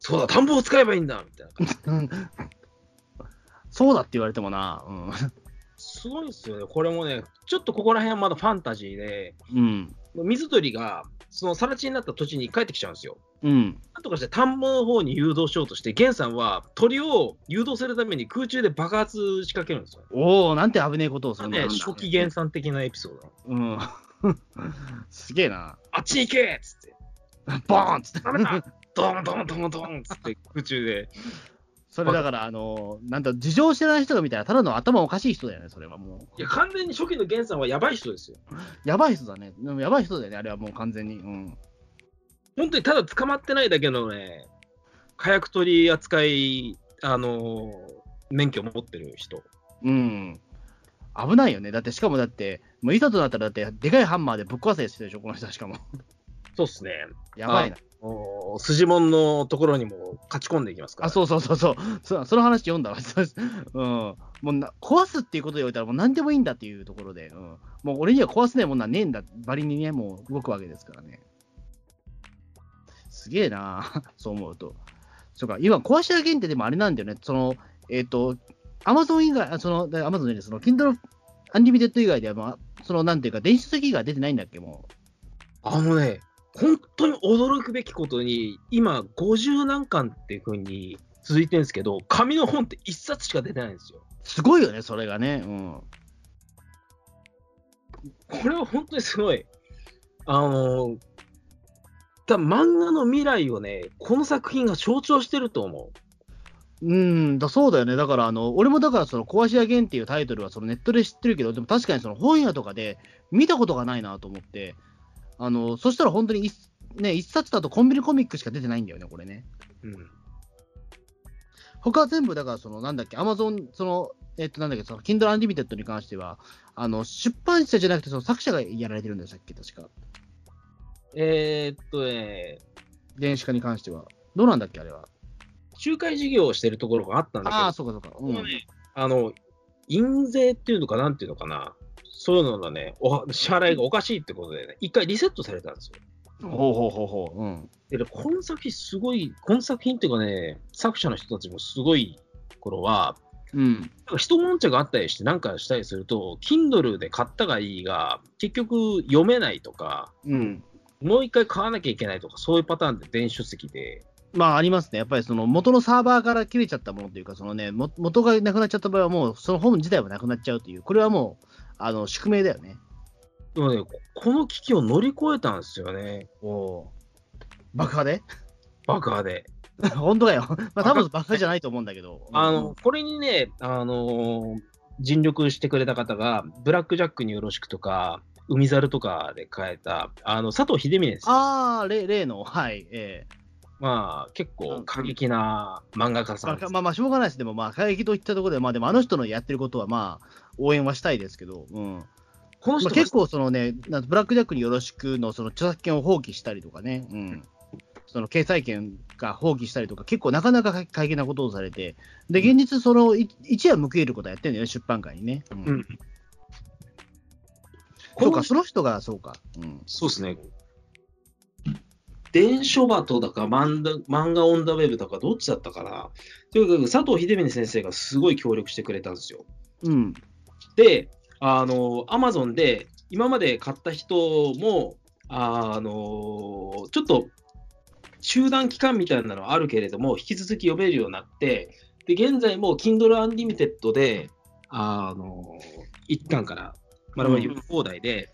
[SPEAKER 3] そうだ、田んぼを使えばいいんだ、みたいな感じ。
[SPEAKER 2] そうだって言われてもな。
[SPEAKER 3] すごいですよね。これもね、ちょっとここら辺はまだファンタジーで、
[SPEAKER 2] うん。うん。
[SPEAKER 3] 水鳥が、その更地になった土地に帰ってきちゃうんですよ。
[SPEAKER 2] うん。
[SPEAKER 3] なんとかして田んぼの方に誘導しようとして、源さんは鳥を誘導するために空中で爆発仕掛けるんですよ。
[SPEAKER 2] おおなんて危ねえことをするんだ
[SPEAKER 3] ね、初期原産的なエピソード。
[SPEAKER 2] うん。すげえな。
[SPEAKER 3] あっち行けっつって、
[SPEAKER 2] ボーンっつって。
[SPEAKER 3] ダメ だドンドンドンドンっつって空中で。
[SPEAKER 2] それだから、あの、なんだ、事情を知らない人が見たら、ただの頭おかしい人だよね、それはもう。
[SPEAKER 3] いや、完全に初期の源さんはやばい人ですよ。
[SPEAKER 2] やばい人だね。でもやばい人だよね、あれはもう完全に。うん。
[SPEAKER 3] 本当にただ捕まってないだけのね、火薬取り扱い、あのー免許持ってる人。
[SPEAKER 2] うん。危ないよね。だって、しかもだって、もういざとなったら、だって、でかいハンマーでぶっ壊せしてるでしょ、この人はしかも。
[SPEAKER 3] そうっすね。
[SPEAKER 2] やばいな。
[SPEAKER 3] お筋門のところにも勝ち込んでいきますから。
[SPEAKER 2] あ、そうそうそうそう。そその話読んだわ。 そうですうん。もうな壊すっていうことで言われたら、もう何でもいいんだっていうところで、うん、もう俺には壊せないもんなんねえんだ、バリにね、もう動くわけですからね。すげえな そう思うと。そうか、今、壊し屋限定でもあれなんだよね。その、えっ、と、アマゾン以外、あその、アマゾンじゃない、その、Kindle Unlimited 以外では、まあ、その、なんていうか、電子書籍が出てないんだっけ、も
[SPEAKER 3] あのね、本当に驚くべきことに、今、50何巻っていうふうに続いてるんですけど、紙の本って1冊しか出てないんですよ。
[SPEAKER 2] う。すごいよね、それがね。うん。
[SPEAKER 3] これは本当にすごい。あのー多分漫画の未来をね、この作品が象徴してると思う。
[SPEAKER 2] うんだそうだよね、だからあの、俺もだから、その壊し屋弦っていうタイトルはそのネットで知ってるけど、でも確かにその本屋とかで見たことがないなと思って、あのそしたら本当に一,、ね、一冊だとコンビニコミックしか出てないんだよね、これね。
[SPEAKER 3] うん
[SPEAKER 2] 他は全部、だから、そのなんだっけ、アマゾン、その、えっと、なんだっけ、その Kindle Unlimited に関しては、あの出版社じゃなくて、その作者がやられてるんだよ、さっき、確か。
[SPEAKER 3] えーっとね、
[SPEAKER 2] 電子化に関しては。どうなんだっけ、あれは。
[SPEAKER 3] 仲介事業をしてるところがあったんだけど、
[SPEAKER 2] ああ、そうか、そうか。う
[SPEAKER 3] ここは
[SPEAKER 2] ん、
[SPEAKER 3] ねあの、印税っていうのか、なんていうのかな、そういうのがね、お支払いがおかしいってことでね、一回リセットされたんですよ。
[SPEAKER 2] ほうほうほうほう。うん
[SPEAKER 3] で、この作品すごい、この作品っていうかね、作者の人たちもすごい頃は、
[SPEAKER 2] うん、
[SPEAKER 3] なんか一悶着があったりして、なんかしたりすると、Kindle で買ったがいいが、結局読めないとか、
[SPEAKER 2] うん。
[SPEAKER 3] もう一回買わなきゃいけないとか、そういうパターンで電子書籍で、
[SPEAKER 2] まあありますね、やっぱりその元のサーバーから切れちゃったものというか、そのね、も元がなくなっちゃった場合は、もうその本自体はなくなっちゃうという、これはもうあの宿命だよね。
[SPEAKER 3] でもね、ここの危機を乗り越えたんですよね、
[SPEAKER 2] お爆破で
[SPEAKER 3] 爆破で。
[SPEAKER 2] 本当だよ。まあ多分爆破じゃないと思うんだけど。
[SPEAKER 3] あの、これにね、あのー尽力してくれた方が、ブラックジャックによろしくとか、海猿とかで変えた、あの、佐藤秀美です。
[SPEAKER 2] ああ、例例の、はい、ええ
[SPEAKER 3] まあ、結構過激な漫画家さん
[SPEAKER 2] ま
[SPEAKER 3] です
[SPEAKER 2] あ、まあまあ、しょうがないです。でも、まあ、過激といったところで、まあ、でも、あの人のやってることは、まあ、応援はしたいですけど、うん。
[SPEAKER 3] この
[SPEAKER 2] ま
[SPEAKER 3] 人
[SPEAKER 2] あ、
[SPEAKER 3] が
[SPEAKER 2] 結構、そのね、なんブラック・ジャックによろしくの、その著作権を放棄したりとかね、うん、その掲載権が放棄したりとか、結構なかなか過激なことをされて、で、現実、その、い一夜報いることやってんだよね、出版界にね。うん
[SPEAKER 3] うん
[SPEAKER 2] そう
[SPEAKER 3] この
[SPEAKER 2] か、
[SPEAKER 3] 人
[SPEAKER 2] その人が、そうか。うん。
[SPEAKER 3] そうですね。電書バトだか漫画漫画オンダウェブだかどっちだったかな。というかく佐藤秀美先生がすごい協力してくれたんですよ。
[SPEAKER 2] うん。
[SPEAKER 3] で、あの、アマゾンで今まで買った人も、あの、ちょっと中断期間みたいなのはあるけれども、引き続き読めるようになって、で、現在も Kindle Unlimited で、あの、一巻から、まだまだ読み放題で、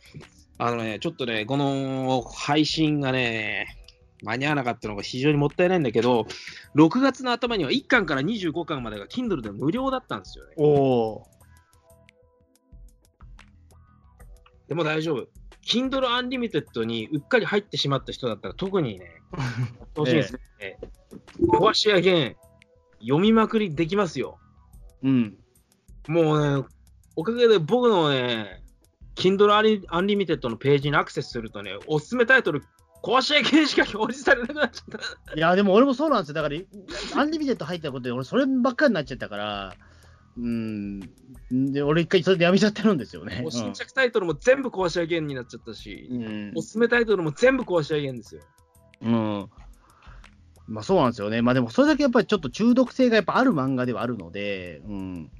[SPEAKER 3] あのね、ちょっとね、この配信がね、間に合わなかったのが非常にもったいないんだけど、6月の頭には1巻から25巻までが Kindle で無料だったんですよね。
[SPEAKER 2] おお
[SPEAKER 3] でも大丈夫。Kindle Unlimited にうっかり入ってしまった人だったら特 にね、当然ですね。壊し上げん、読みまくりできますよ。
[SPEAKER 2] ー。うん。
[SPEAKER 3] もうね、おかげで僕のね、Kindle Unlimited のページにアクセスするとね、おすすめタイトル、壊し上げんしか表示されなくなっちゃった。
[SPEAKER 2] いや、でも俺もそうなんですよ。だから、アンリミテッド入ったことで、俺、そればっかりになっちゃったから、うん。で、俺、一回、それでやめちゃってるんですよね。
[SPEAKER 3] もう新着タイトルも全部壊し上げんになっちゃったし、
[SPEAKER 2] うん
[SPEAKER 3] おすすめタイトルも全部壊し上げんですよ。
[SPEAKER 2] うん。まあそうなんですよね。まあでもそれだけやっぱりちょっと中毒性がやっぱある漫画ではあるので、うん。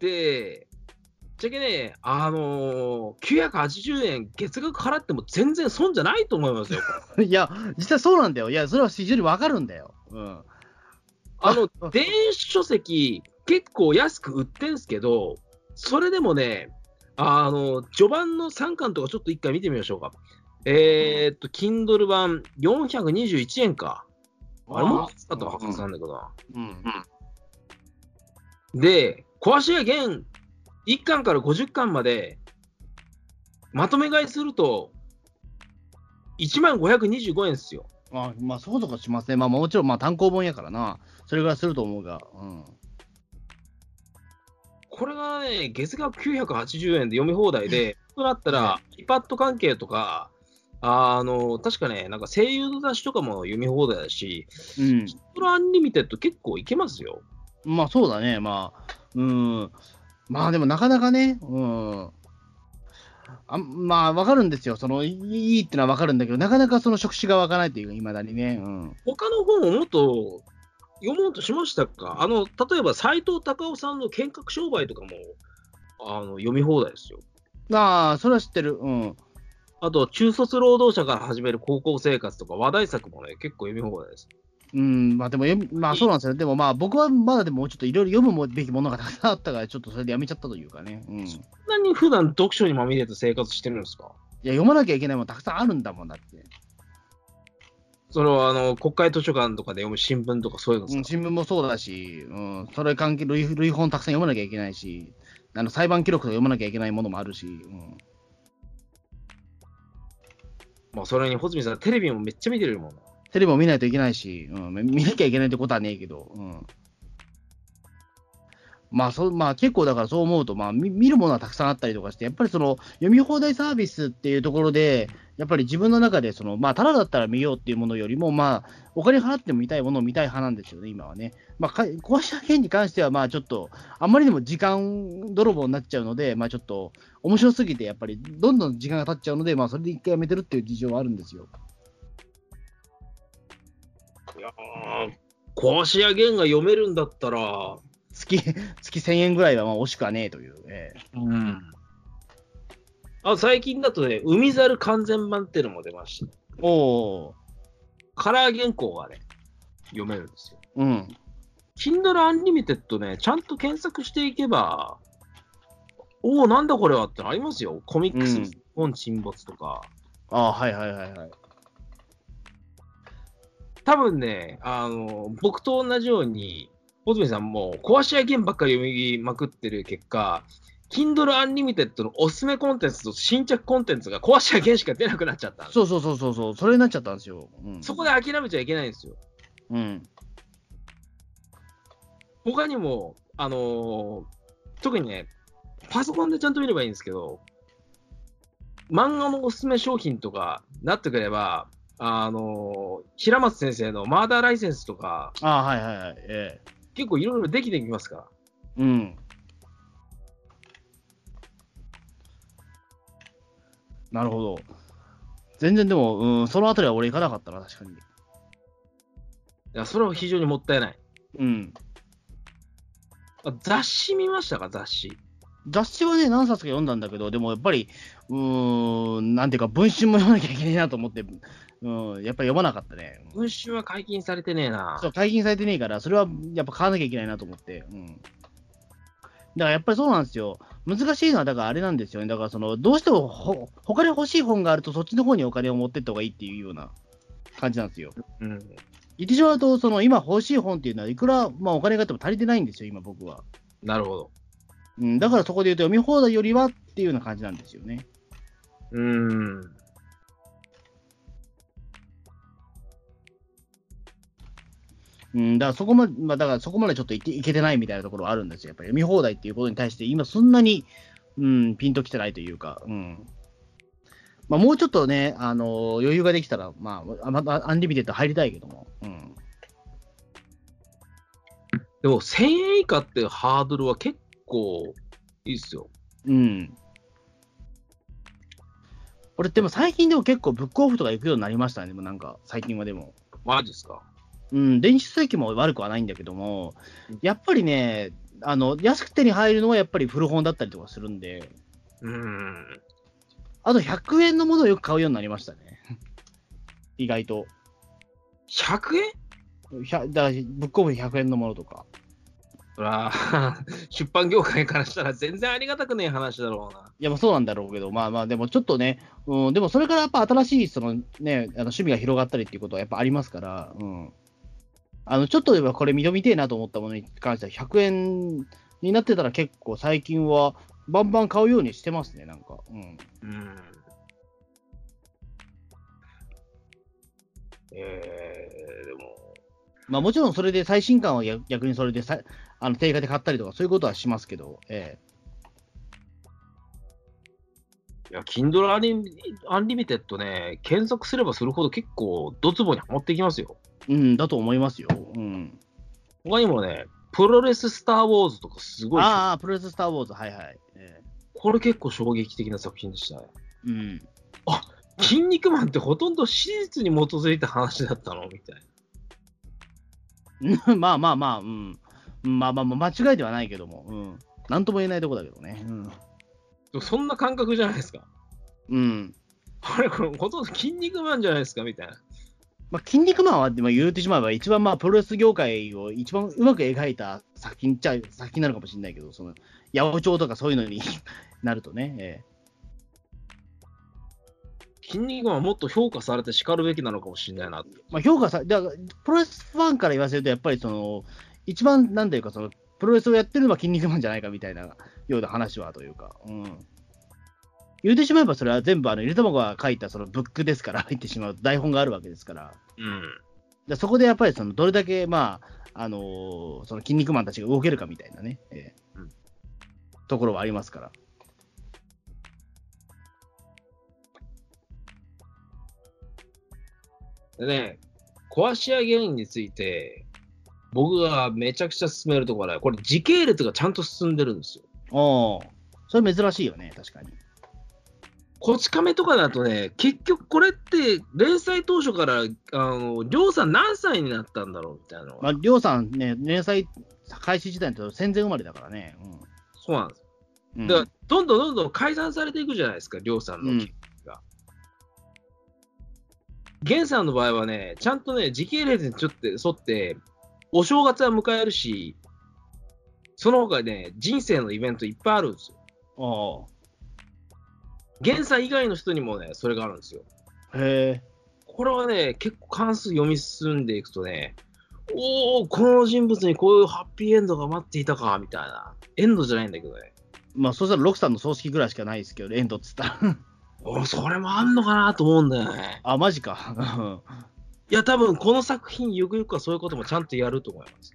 [SPEAKER 3] で、ぶっちゃけね、あのー、980円月額払っても全然損じゃないと思いま すよ。
[SPEAKER 2] いや、実際そうなんだよ。いや、それは非常にわかるんだよ。うん。
[SPEAKER 3] あの
[SPEAKER 2] あ、
[SPEAKER 3] 電子書籍、結構安く売ってんすけど、それでもね、あの、序盤の3巻とかちょっと一回見てみましょうか。えー、っと、Kindle 版421円か。あれも安かったか
[SPEAKER 2] うん
[SPEAKER 3] わかんないけどな。
[SPEAKER 2] うん。
[SPEAKER 3] で、壊し屋現1巻から50巻まで、まとめ買いすると、1万525円ですよ。
[SPEAKER 2] あまあそういうことかしますね。まあもちろんまあ単行本やからな。それぐらいすると思うが。うん。
[SPEAKER 3] これがね、月額980円で読み放題で、となったら、iPad 関係とか、あの、確かね、なんか声優の雑誌とかも読み放題だし、
[SPEAKER 2] うん。
[SPEAKER 3] これアンリミテッド結構いけますよ。
[SPEAKER 2] まあそうだね、まあ、うん、まあでもなかなかね、うん、あまあわかるんですよ、そのいいいいってのはわかるんだけど、なかなかその触手が湧かないというか、いまだにね、うん、
[SPEAKER 3] 他の本をもっと読もうとしましたかあの、例えば斎藤隆夫さんの見学商売とかも、あの、読み放題ですよ。
[SPEAKER 2] ああ、それは知ってる、うん、
[SPEAKER 3] あと、中卒労働者から始める高校生活とか、話題作もね、結構読み放題です。
[SPEAKER 2] うん、まあでも、えまあそうなんですよ、でもまあ僕はまだでもちょっといろいろ読むべきものがたくさんあったから、ちょっとそれでやめちゃったというかね、うん、い
[SPEAKER 3] こんなに普段読書にまみれて生活してるんですか
[SPEAKER 2] や、読まなきゃいけないものたくさんあるんだもんだって。
[SPEAKER 3] それはあの国会図書館とかで読む新聞とかそういうの
[SPEAKER 2] う
[SPEAKER 3] さ
[SPEAKER 2] ん、新聞もそうだし、うん、それ関係類、類本たくさん読まなきゃいけないし、あの裁判記録とか読まなきゃいけないものもあるし、うん、
[SPEAKER 3] まあ、それに穂積さん、テレビもめっちゃ見てるもんな。
[SPEAKER 2] テレビも見ないといけないし、うん、見なきゃいけないってことはねえけど、うん。まあ、そうまあ、結構だからそう思うと、まあ見、見るものはたくさんあったりとかして、やっぱりその読み放題サービスっていうところで、やっぱり自分の中でその、まあ、ただだったら見ようっていうものよりも、まあ、お金払っても見たいものを見たい派なんですよね、今はね。まあ、か壊した件に関しては、まあ、ちょっと、あんまりでも時間泥棒になっちゃうので、まあ、ちょっと、面白すぎて、やっぱり、どんどん時間が経っちゃうので、まあ、それで一回やめてるっていう事情はあるんですよ。
[SPEAKER 3] いやー、壊しや弦が読めるんだったら、
[SPEAKER 2] 月、 月1000円ぐらいはまあ惜しくはねえという、ええ
[SPEAKER 3] うん。あ最近だとね、海猿完全版っていうのも出ました。
[SPEAKER 2] おお、
[SPEAKER 3] カラー原稿がね、読めるんですよ。
[SPEAKER 2] うん。
[SPEAKER 3] Kindle Unlimited ね、ちゃんと検索していけば、おお、なんだこれはってのありますよ。コミックス、
[SPEAKER 2] うん
[SPEAKER 3] 日本沈没とか。
[SPEAKER 2] ああ、はいはいはいはい。
[SPEAKER 3] 多分ね、あの、僕と同じように、小泉さんも壊し合いゲームばっかり読みまくってる結果、Kindle Unlimited のおすすめコンテンツと新着コンテンツが壊し合いゲームしか出なくなっちゃったんです
[SPEAKER 2] そうそうそうそうそう、それになっちゃったんですよ。うん、
[SPEAKER 3] そこで諦めちゃいけないんですよ。
[SPEAKER 2] うん。
[SPEAKER 3] 他にも、あのー特にね、パソコンでちゃんと見ればいいんですけど、漫画のおすすめ商品とかなってくれば、あのー平松先生のマーダーライセンスとか、
[SPEAKER 2] ああ、はいはいはい。ええ
[SPEAKER 3] 結構いろいろできてきますから。
[SPEAKER 2] うん。なるほど。全然でも、うん、そのあたりは俺行かなかったな、確かに。
[SPEAKER 3] いや、それは非常にもったいない。
[SPEAKER 2] うん。
[SPEAKER 3] あ雑誌見ましたか、雑誌。
[SPEAKER 2] 雑誌はね、何冊か読んだんだけど、でもやっぱり、うーん、なんていうか、文春も読まなきゃいけないなと思って、うん、やっぱり読まなかったね。うん
[SPEAKER 3] 文春は解禁されてねえな
[SPEAKER 2] そ。う解禁されてねえから、それはやっぱ買わなきゃいけないなと思って。うん。だからやっぱりそうなんですよ。難しいのは、だからあれなんですよね。だからその、どうしてもほ他に欲しい本があると、そっちの方にお金を持ってった方がいいっていうような感じなんですよ。
[SPEAKER 3] うん。
[SPEAKER 2] 言ってしまうと、その今欲しい本っていうのは、いくら、まあ、お金があっても足りてないんですよ、今僕は。
[SPEAKER 3] なるほど。
[SPEAKER 2] うん、だからそこで言うと、読み放題よりはっていうような感じなんですよね。
[SPEAKER 3] うーん。
[SPEAKER 2] うん、だからそこまで、まあ、だからそこまでちょっといけいけてないみたいなところはあるんですよ。やっぱり読み放題っていうことに対して、今そんなに、うん、ピンときてないというか、うん。まあ、もうちょっとね、あの余裕ができたら、まあ、あまたアンリミテッド入りたいけども、うん。
[SPEAKER 3] でも、1000円以下っていうハードルは結構いいっすよ。
[SPEAKER 2] うん。俺、でも最近でも結構ブックオフとか行くようになりましたね、でもなんか、最近はでも。
[SPEAKER 3] マジっすか。
[SPEAKER 2] うん、電子書籍も悪くはないんだけども、やっぱりね、あの安く手に入るのはやっぱり古本だったりとかするんで、
[SPEAKER 3] うーん。
[SPEAKER 2] あと100円のものをよく買うようになりましたね。 意外と。
[SPEAKER 3] 100円
[SPEAKER 2] ひゃだからブックオフに100円のものとか。
[SPEAKER 3] そら、出版業界からしたら全然ありがたくねえ話だろうな。
[SPEAKER 2] いや、まあそうなんだろうけど、まあまあ、でもちょっとね、うん、でもそれからやっぱ新しいその、ね、あの趣味が広がったりっていうことはやっぱありますから、うん。あのちょっとでもこれ認めてえなと思ったものに関しては、100円になってたら結構最近は、バンバン買うようにしてますね、なんか。うん。
[SPEAKER 3] うん。えー、でも、
[SPEAKER 2] まあもちろんそれで最新刊は逆逆にそれでさあの定価で買ったりとか、そういうことはしますけど、ええ。
[SPEAKER 3] いや、Kindle Unlimited ね、検索すればするほど結構ドツボにはまってきますよ。
[SPEAKER 2] うん、だと思いますよ。うん。
[SPEAKER 3] 他にもね、プロレススター・ウォーズとかすごい、
[SPEAKER 2] ああ、プロレススター・ウォーズ、はいはい。え
[SPEAKER 3] これ結構衝撃的な作品でしたね。
[SPEAKER 2] えうん。
[SPEAKER 3] 筋肉マンってほとんど史実に基づいた話だったのみたいな。
[SPEAKER 2] うん まあまあまあ、うん。まあまあまあ、間違いではないけども、うん。なんとも言えないとこだけどね。うん。
[SPEAKER 3] でもそんな感覚じゃないですか。
[SPEAKER 2] うん。
[SPEAKER 3] あれ、これほとんど筋肉マンじゃないですかみたいな。
[SPEAKER 2] まあ、筋肉マンは、まあ、言うてしまえば、一番まあ、プロレス業界を一番うまく描いた作品っちゃ、作品なのかもしれないけど、その、 八百長とかそういうのになるとね、え
[SPEAKER 3] 筋肉マンはもっと評価されて叱るべきなのかもしれないなって。
[SPEAKER 2] まあ、評価さ、だからプロレスファンから言わせると、やっぱりその、一番なんていうか、そのプロレスをやってるのは筋肉マンじゃないかみたいなような話はというか、うん。言うてしまえば、それは全部、あの、ゆで卵が書いたそのブックですから、入ってしまう台本があるわけですから、
[SPEAKER 3] うん。
[SPEAKER 2] でそこでやっぱりその、どれだけ、まあ、あのーその筋肉マンたちが動けるかみたいなね、ええ
[SPEAKER 3] うん
[SPEAKER 2] ところはありますから。
[SPEAKER 3] でね、壊し屋芸人について、僕がめちゃくちゃ進めるところは、これ時系列がちゃんと進んでるんですよ。
[SPEAKER 2] おーそれ珍しいよね、確かに。
[SPEAKER 3] こち亀とかだとね、結局これって連載当初から、あの、りょうさん何歳になったんだろうみたいなのが
[SPEAKER 2] まあ、りょうさんね、連載開始時代の戦前生まれだからね。
[SPEAKER 3] そうなんです。
[SPEAKER 2] うん。うん
[SPEAKER 3] だから、どんどんどんどん解散されていくじゃないですか、りょうさんの結果が。源さんの場合はね、ちゃんとね、時系列にちょっと沿って、お正月は迎えるし、その他ね、人生のイベントいっぱいあるんですよ。
[SPEAKER 2] おー
[SPEAKER 3] 源さん以外の人にもね、それがあるんですよ。
[SPEAKER 2] へえ。
[SPEAKER 3] これはね、結構関数読み進んでいくとね、おお、この人物にこういうハッピーエンドが待っていたか、みたいな。エンドじゃないんだけどね。
[SPEAKER 2] まあ、そしたら、ロクさんの葬式ぐらいしかないですけど、エンドっつったら。
[SPEAKER 3] おーそれもあんのかなと思うんだよね。
[SPEAKER 2] あ、マジか。
[SPEAKER 3] いや、多分この作品、ゆくゆくはそういうこともちゃんとやると思います。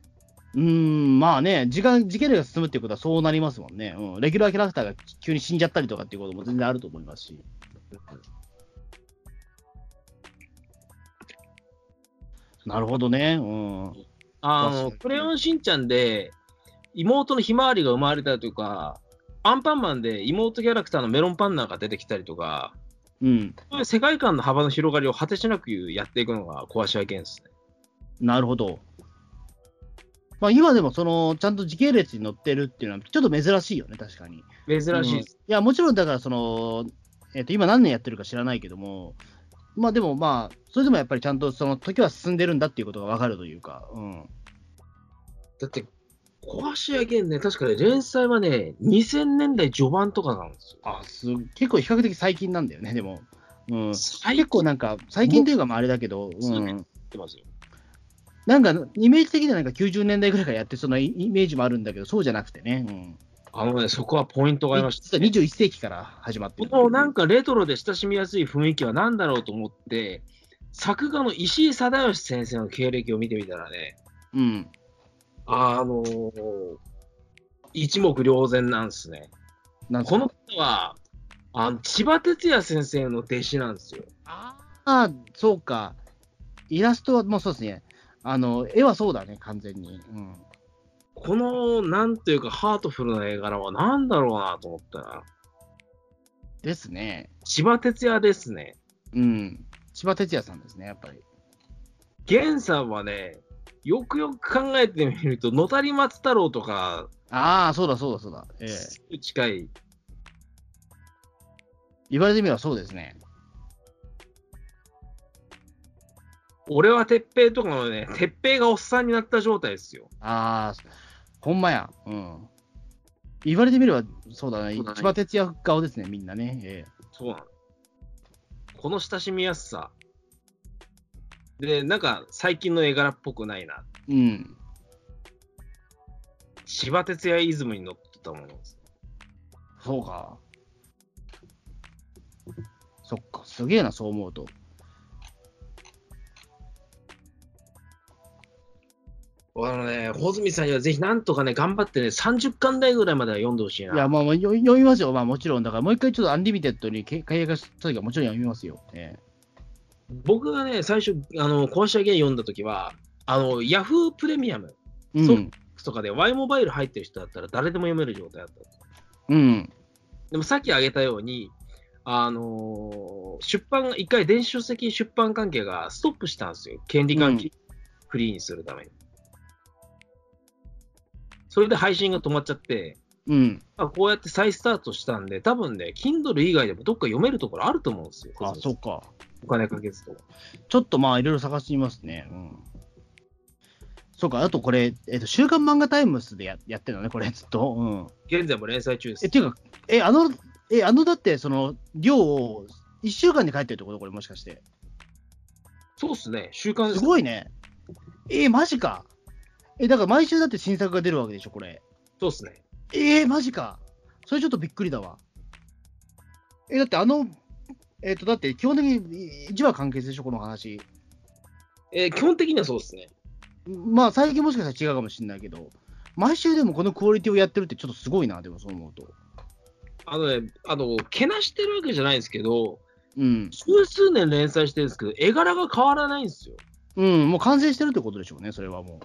[SPEAKER 2] うん、うーんまあね、時間、時系列が進むっていうことはそうなりますもんね。うん。レギュラーキャラクターが急に死んじゃったりとかっていうことも全然あると思いますし。なるほどね。うん。
[SPEAKER 3] あ
[SPEAKER 2] 確か
[SPEAKER 3] の、
[SPEAKER 2] に
[SPEAKER 3] クレヨンしんちゃんで、妹のひまわりが生まれたりとか、アンパンマンで妹キャラクターのメロンパンナーが出てきたりとか、
[SPEAKER 2] うん。
[SPEAKER 3] そういう世界観の幅の広がりを果てしなくやっていくのが壊し合いゲンですね。
[SPEAKER 2] なるほど。まあ、今でも、その、ちゃんと時系列に乗ってるっていうのは、ちょっと珍しいよね、確かに。
[SPEAKER 3] 珍しいです。
[SPEAKER 2] うんいや、もちろんだから、その、えっ、と、今何年やってるか知らないけども、まあでもまあ、それでもやっぱりちゃんとその時は進んでるんだっていうことがわかるというか、うん。
[SPEAKER 3] だって、壊し合いゲンね、確かね、連載はね、2000年代序盤とかなんですよ。あ、
[SPEAKER 2] す結構比較的最近なんだよね、でも。うん。
[SPEAKER 3] 最
[SPEAKER 2] 結
[SPEAKER 3] 高
[SPEAKER 2] 構なんか、最近というかまああれだけど、
[SPEAKER 3] そううね
[SPEAKER 2] ん。
[SPEAKER 3] ってますよ。
[SPEAKER 2] なんか、イメージ的にはなんか90年代ぐらいからやってそうなイイメージもあるんだけど、そうじゃなくてね。うん。
[SPEAKER 3] あのね、そこはポイントがありました。
[SPEAKER 2] 実は21世紀から始まって
[SPEAKER 3] こ
[SPEAKER 2] る。
[SPEAKER 3] のなんかレトロで親しみやすい雰囲気は何だろうと思って、作画の石井貞義先生の経歴を見てみたらね、
[SPEAKER 2] うん。
[SPEAKER 3] あの一目瞭然なんですね。
[SPEAKER 2] なん
[SPEAKER 3] この方は、あの千葉哲也先生の弟子なんですよ。
[SPEAKER 2] ああ、そうか。イラストはもうそうですね。あの、絵はそうだね、完全に。うん。
[SPEAKER 3] この、なんていうか、ハートフルな絵柄は何だろうなと思ったら、
[SPEAKER 2] ですね。
[SPEAKER 3] 千葉哲也ですね。
[SPEAKER 2] うん。千葉哲也さんですね、やっぱり。
[SPEAKER 3] 源さんはね、よくよく考えてみると、野谷松太郎とか、
[SPEAKER 2] ああ、そうだそうだそうだ。ええ
[SPEAKER 3] すごい近い
[SPEAKER 2] 言われてみればそうですね。
[SPEAKER 3] 俺は鉄平とかのね、鉄平がおっさんになった状態ですよ。
[SPEAKER 2] ああ、ほんまや。うん。言われてみればそうだね。
[SPEAKER 3] そうだね
[SPEAKER 2] 千葉哲也顔ですね、みんなね。え
[SPEAKER 3] そうなの。この親しみやすさ。で、なんか最近の絵柄っぽくないな。
[SPEAKER 2] えうん。
[SPEAKER 3] 柴哲也イズムに乗ってたものです。
[SPEAKER 2] そうか。そっか、すげえな、そう思うと。
[SPEAKER 3] あのね、穂積さんにはぜひなんとかね、頑張ってね、30巻台ぐらいまでは読んでほしいな。
[SPEAKER 2] いや、まあ、まあよ読みますよ。まあ、もちろん。だから、もう一回ちょっとアンリミテッドにけ解約した時はもちろん読みますよ。ええ
[SPEAKER 3] 僕がね、最初、あの、壊し上げ読んだ時は、あの、ヤフープレミアム
[SPEAKER 2] うん。
[SPEAKER 3] そうとかで Y モバイル入ってる人だったら誰でも読める状態だったんです。
[SPEAKER 2] うん。
[SPEAKER 3] でもさっき挙げたように、あのー出版が、一回電子書籍出版関係がストップしたんですよ。権利関係、フリーにするために。それで配信が止まっちゃって、
[SPEAKER 2] うん。
[SPEAKER 3] あこうやって再スタートしたんで、多分ね、Kindle 以外でもどっか読めるところあると思うんですよ。
[SPEAKER 2] あ、そうか。
[SPEAKER 3] お金かけずと。
[SPEAKER 2] ちょっとまあ、いろいろ探してみますね。うん。そうか、あとこれ、えっ、と、週刊漫画タイムスでややってるのね、これ、ずっと。うん。
[SPEAKER 3] 現在も連載中で
[SPEAKER 2] え、
[SPEAKER 3] す
[SPEAKER 2] っ。ていうか、え、あの、え、あの、だって、その、量を、 1週間で帰ってるってことこれもしかして。
[SPEAKER 3] そうっすね、週刊
[SPEAKER 2] すごいね。えー、マジか。え、だから毎週だって新作が出るわけでしょ、これ。
[SPEAKER 3] そうっすね。
[SPEAKER 2] えー、マジか。それちょっとびっくりだわ。え、だってあの、えっ、と、だって基本的に1話完結でしょ、この話。
[SPEAKER 3] えー基本的にはそうっすね。
[SPEAKER 2] まあ、最近もしかしたら違うかもしれないけど、毎週でもこのクオリティをやってるってちょっとすごいな、でもそう思うと。
[SPEAKER 3] あのね、あの、けなしてるわけじゃないんですけど、
[SPEAKER 2] うん。
[SPEAKER 3] 数数年連載してるんですけど、絵柄が変わらないんですよ。
[SPEAKER 2] うん、もう完成してるってことでしょうね、それはもう。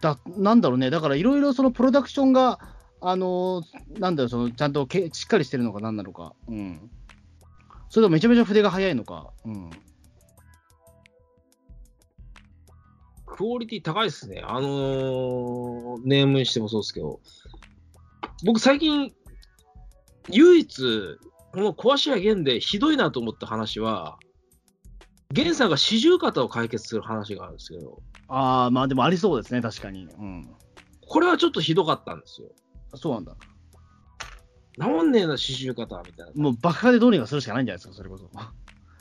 [SPEAKER 2] だなんだろうね、だからいろいろそのプロダクションが、あのーなんだろう、そのちゃんとけしっかりしてるのか、なんなのか、うん。それともめちゃめちゃ筆が早いのか、うん。
[SPEAKER 3] クオリティ高いっすね。あのーネームにしてもそうですけど、僕最近、唯一、この壊しや源でひどいなと思った話は、源さんが四十肩を解決する話があるんですけど、
[SPEAKER 2] ああ、まあでもありそうですね、確かに。うん。
[SPEAKER 3] これはちょっとひどかったんですよ。
[SPEAKER 2] そうなんだ。
[SPEAKER 3] 治んねえな、四十肩みたいな。
[SPEAKER 2] もう爆破でどうにかするしかないんじゃないですか、それこそ。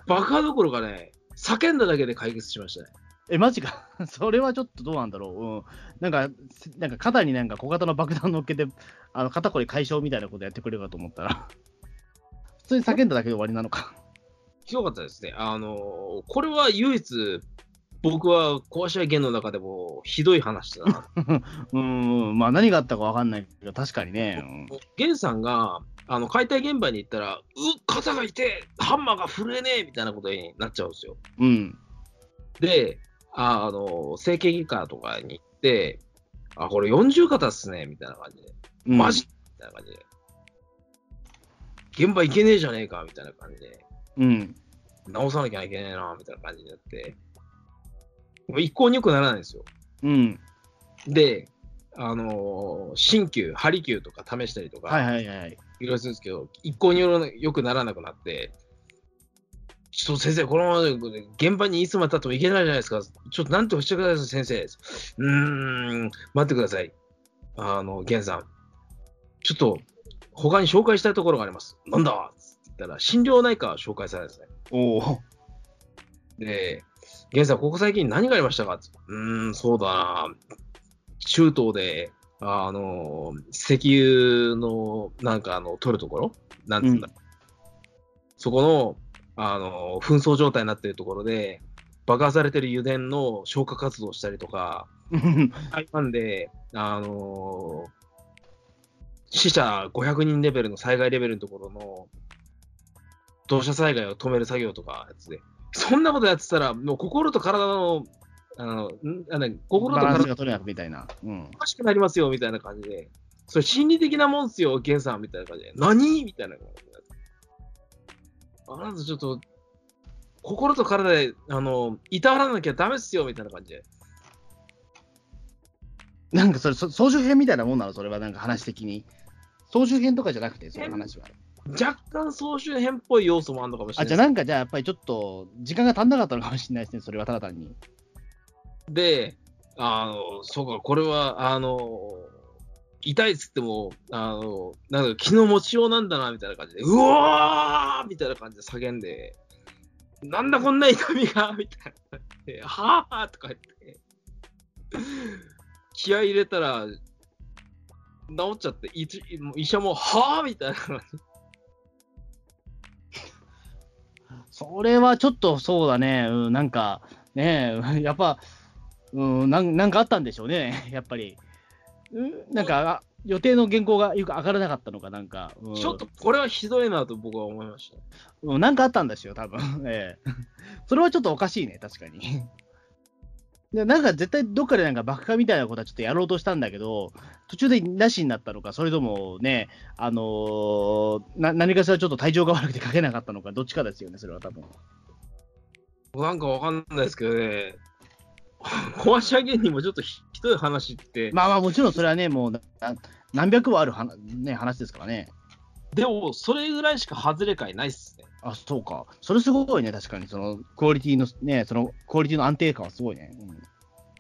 [SPEAKER 3] バカどころかね、叫んだだけで解決しましたね。
[SPEAKER 2] え、マジか。それはちょっとどうなんだろう。うん。なんか、せなんか肩になんか小型の爆弾乗っけて、あの肩こり解消みたいなことやってくれるかと思ったら、普通に叫んだだけで終わりなのか。
[SPEAKER 3] ひどかったですね。あのこれは唯一、僕は壊しや源の中でもひどい話だな
[SPEAKER 2] うん、まあ何があったかわかんないけど、確かにね。うん
[SPEAKER 3] ゲンさんがあの解体現場に行ったら、うっ、肩が痛え、ハンマーが震えねえみたいなことになっちゃうんですよ。
[SPEAKER 2] うん。
[SPEAKER 3] で、ああの整形外科とかに行って、あ、これ40肩っすねみたいな感じで、
[SPEAKER 2] うん
[SPEAKER 3] マジみたいな感じで、現場行けねえじゃねえかみたいな感じで、
[SPEAKER 2] うん。
[SPEAKER 3] 直さなきゃいけねえなみたいな感じになって、もう一向に良くならないんですよ。
[SPEAKER 2] うん。
[SPEAKER 3] で、あの鍼灸、針灸とか試したりとか、
[SPEAKER 2] はいはいはい。
[SPEAKER 3] いろいろするんですけど、一向によろよくならなくなって、ちょっと先生、このまま現場にいつまでたってもいけないじゃないですか。ちょっとなんとかしてください、先生。うーん、待ってください。あの、ゲンさん。ちょっと、他に紹介したいところがあります。なんだつって言ったら、心療内科を紹介されるんですね。
[SPEAKER 2] おお。
[SPEAKER 3] で、ゲンさん、ここ最近何がありましたかつってうーん、そうだな。中東で、あの、石油の、なんか、あの、取るところなんつうんだ、そこの、あの、紛争状態になっているところで、爆破されてる油田の消火活動をしたりとか、
[SPEAKER 2] うん
[SPEAKER 3] 台湾で、あの死者500人レベルの災害レベルのところの土砂災害を止める作業とかやつで、そんなことやってたら、もう心と体の、あの、んあの心
[SPEAKER 2] バ
[SPEAKER 3] と
[SPEAKER 2] ランス
[SPEAKER 3] 体が
[SPEAKER 2] が取れなくみたいな。うん
[SPEAKER 3] お。かしくなりますよみたいな感じで、それ心理的なもんっすよ、ゲンさんみたいな感じで、何みたいな感じで。あなたちょっと、心と体で、あの、いたわらなきゃダメっすよみたいな感じで。
[SPEAKER 2] なんかそれ、そ総集編みたいなもんなの、それはなんか話的に。総集編とかじゃなくて、その話は。
[SPEAKER 3] 若干総集編っぽい要素もあるのかもしれ
[SPEAKER 2] あ、
[SPEAKER 3] ない
[SPEAKER 2] じゃあなんかじゃあやっぱりちょっと時間が足んなかったのかもしれないですね、それはただ単に。
[SPEAKER 3] で、あの、そうか、これは、あの、痛いっつっても、あの、なんか気の持ちようなんだな、みたいな感じで、うわーみたいな感じで叫んで、なんだこんな痛みが みたいな感じで。はぁーとか言って、気合い入れたら、治っちゃって、いつもう医者も、はぁみたいな感じ
[SPEAKER 2] それはちょっとそうだね、うん、なんかね、 やっぱ、うんなん、なんかあったんでしょうね、 やっぱり。うんなんかあ予定の原稿がよく上がらなかったのか、なんか、うん
[SPEAKER 3] ちょっとこれはひどいなと僕は思いました。
[SPEAKER 2] うんなんかあったんですよ、多分 ええ。それはちょっとおかしいね、確かに。 でなんか絶対どっかでなんか爆破みたいなことはちょっとやろうとしたんだけど、途中でなしになったのか、それともね、あのーな何かしらちょっと体調が悪くて書けなかったのか、どっちかですよね、それは多分。
[SPEAKER 3] なんかわかんないですけどね、壊し上げにもちょっとひひどい話って、
[SPEAKER 2] まあまあもちろんそれはね、もうな何百はあるはな、ね、話ですからね。
[SPEAKER 3] でもそれぐらいしか外れいないっすね。
[SPEAKER 2] あ、そうか。それすごいね、確かに。そのクオリティのね、そのクオリティの安定感はすごいね。うん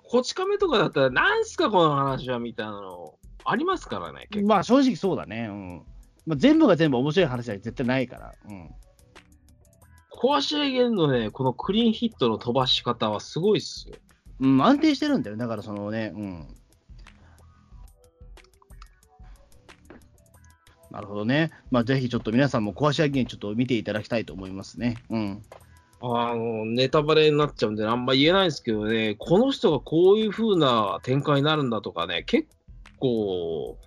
[SPEAKER 3] こち亀とかだったら、なんすかこの話はみたいなのありますからね、結構。
[SPEAKER 2] まあ正直そうだね。うん。まあ、全部が全部面白い話は絶対ないから。うん。
[SPEAKER 3] 壊し上げるのね、このクリーンヒットの飛ばし方はすごいっすよ。
[SPEAKER 2] うん、安定してるんだよ。だからそのね、うん。なるほどね。まあ、ぜひちょっと皆さんも壊し上げにちょっと見ていただきたいと思いますね。うん。
[SPEAKER 3] あの、ネタバレになっちゃうんで、あんま言えないんですけどね、この人がこういう風な展開になるんだとかね、結構、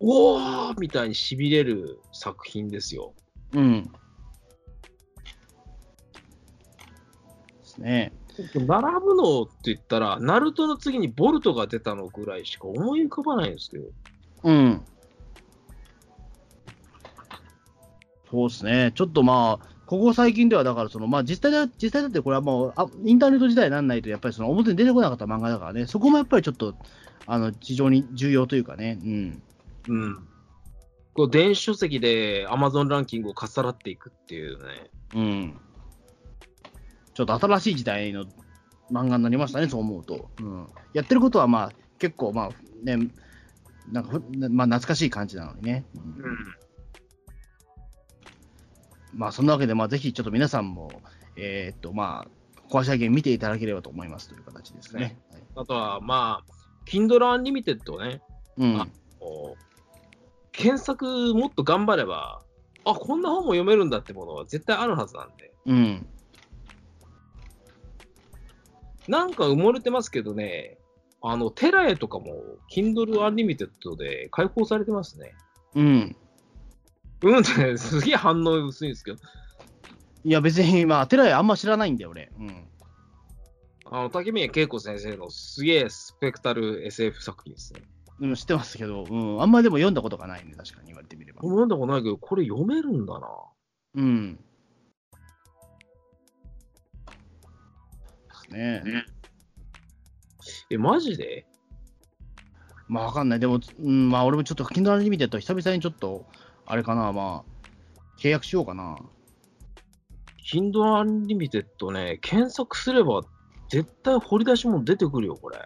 [SPEAKER 3] おーみたいに痺れる作品ですよ。
[SPEAKER 2] うん。ですね。
[SPEAKER 3] 並ぶのって言ったら、ナルトの次にボルトが出たのぐらいしか思い浮かばないんですけど、
[SPEAKER 2] うん。そうですね。ちょっとまあ、ここ最近では、だからその、まあ実際だ、実際だってこれはもう、あインターネット時代にならないと、やっぱりその表に出てこなかった漫画だからね、そこもやっぱりちょっと、あの、非常に重要というかね、うん。
[SPEAKER 3] うん。こう電子書籍で Amazon ランキングをかっさらっていくっていうね。
[SPEAKER 2] うん。ちょっと新しい時代の漫画になりましたね、そう思うと。うん、やってることは、まあ、結構、まあ、ね、なんかふ、まあ、懐かしい感じなのにね。うんまあそんなわけで、まあ、ぜひちょっと皆さんも、えーっと、まあ、壊し上げ見ていただければと思いますという形ですかね。はい
[SPEAKER 3] あとは、まあ、Kindle Unlimited をね、
[SPEAKER 2] うん
[SPEAKER 3] あこう検索もっと頑張れば、あ、こんな本も読めるんだってものは絶対あるはずなんで。
[SPEAKER 2] うん。
[SPEAKER 3] なんか埋もれてますけどね、あの、テラエとかも Kindle Unlimited で開放されてますね。
[SPEAKER 2] うん。
[SPEAKER 3] うん って、すげえ反応薄いんですけど、
[SPEAKER 2] いや、別に、まあ、テラヤあんま知らないんだよ、俺。うん。
[SPEAKER 3] あの、竹宮恵子先生のすげえスペクタル SF 作品ですね。
[SPEAKER 2] でも知ってますけど、うん。あんまりでも読んだことがないね、確かに言われてみれば。
[SPEAKER 3] 俺読んだことないけど、これ読めるんだな。
[SPEAKER 2] うん。ですね。
[SPEAKER 3] え、マジで
[SPEAKER 2] まあわかんない。でも、うん、まあ俺もちょっと Kindle u n l i m i 久々にちょっと、あれかな、まあ、契約しようかな。
[SPEAKER 3] ?Kindle Unlimited ね、検索すれば絶対掘り出しも出てくるよ、これ。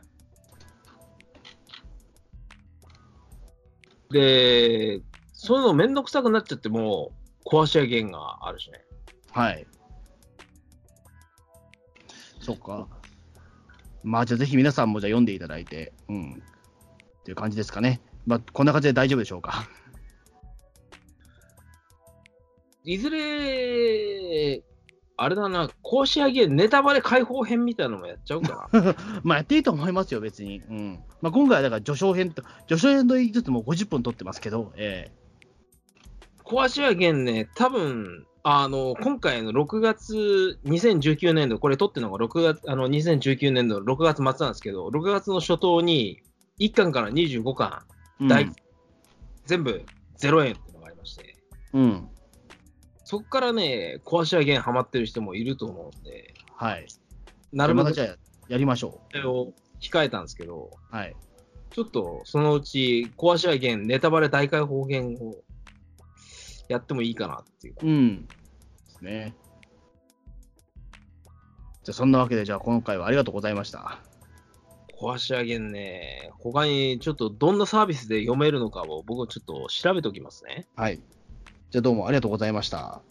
[SPEAKER 3] で、そういうのめんどくさくなっちゃっても、壊し上げんがあるしね。
[SPEAKER 2] はい。そっか。まあじゃあぜひ皆さんもじゃあ読んでいただいて、うん。っていう感じですかね。まあこんな感じで大丈夫でしょうか。
[SPEAKER 3] いずれ、あれだな、壊し上げネタバレ解放編みたいなのもやっちゃうかな。
[SPEAKER 2] まあやっていいと思いますよ、別に。うん。まあ今回はだから序章編と、序章編と言いつつもう50分撮ってますけど、え
[SPEAKER 3] 壊し上げんね、多分あの今回の6月、2019年度、これ撮ってるのが6月あの2019年度の6月末なんですけど、6月の初頭に1巻から25巻、
[SPEAKER 2] え
[SPEAKER 3] 大全部0円っていうのがありまして、
[SPEAKER 2] うん。うん。
[SPEAKER 3] そこからね、壊し上げんハマってる人もいると思うんで、
[SPEAKER 2] はい。
[SPEAKER 3] なるべ
[SPEAKER 2] また
[SPEAKER 3] く
[SPEAKER 2] じゃあやりましょ
[SPEAKER 3] それを控えたんですけど、
[SPEAKER 2] う。はい。
[SPEAKER 3] ちょっとそのうち壊し上げん、ネタバレ大解放言をやってもいいかなっていう。
[SPEAKER 2] うん。ですね。じゃあ、そんなわけで、じゃあ今回はありがとうございました。
[SPEAKER 3] 壊し上げんね。他にちょっとどんなサービスで読めるのかを僕はちょっと調べておきますね。
[SPEAKER 2] はい。じゃあどうもありがとうございました。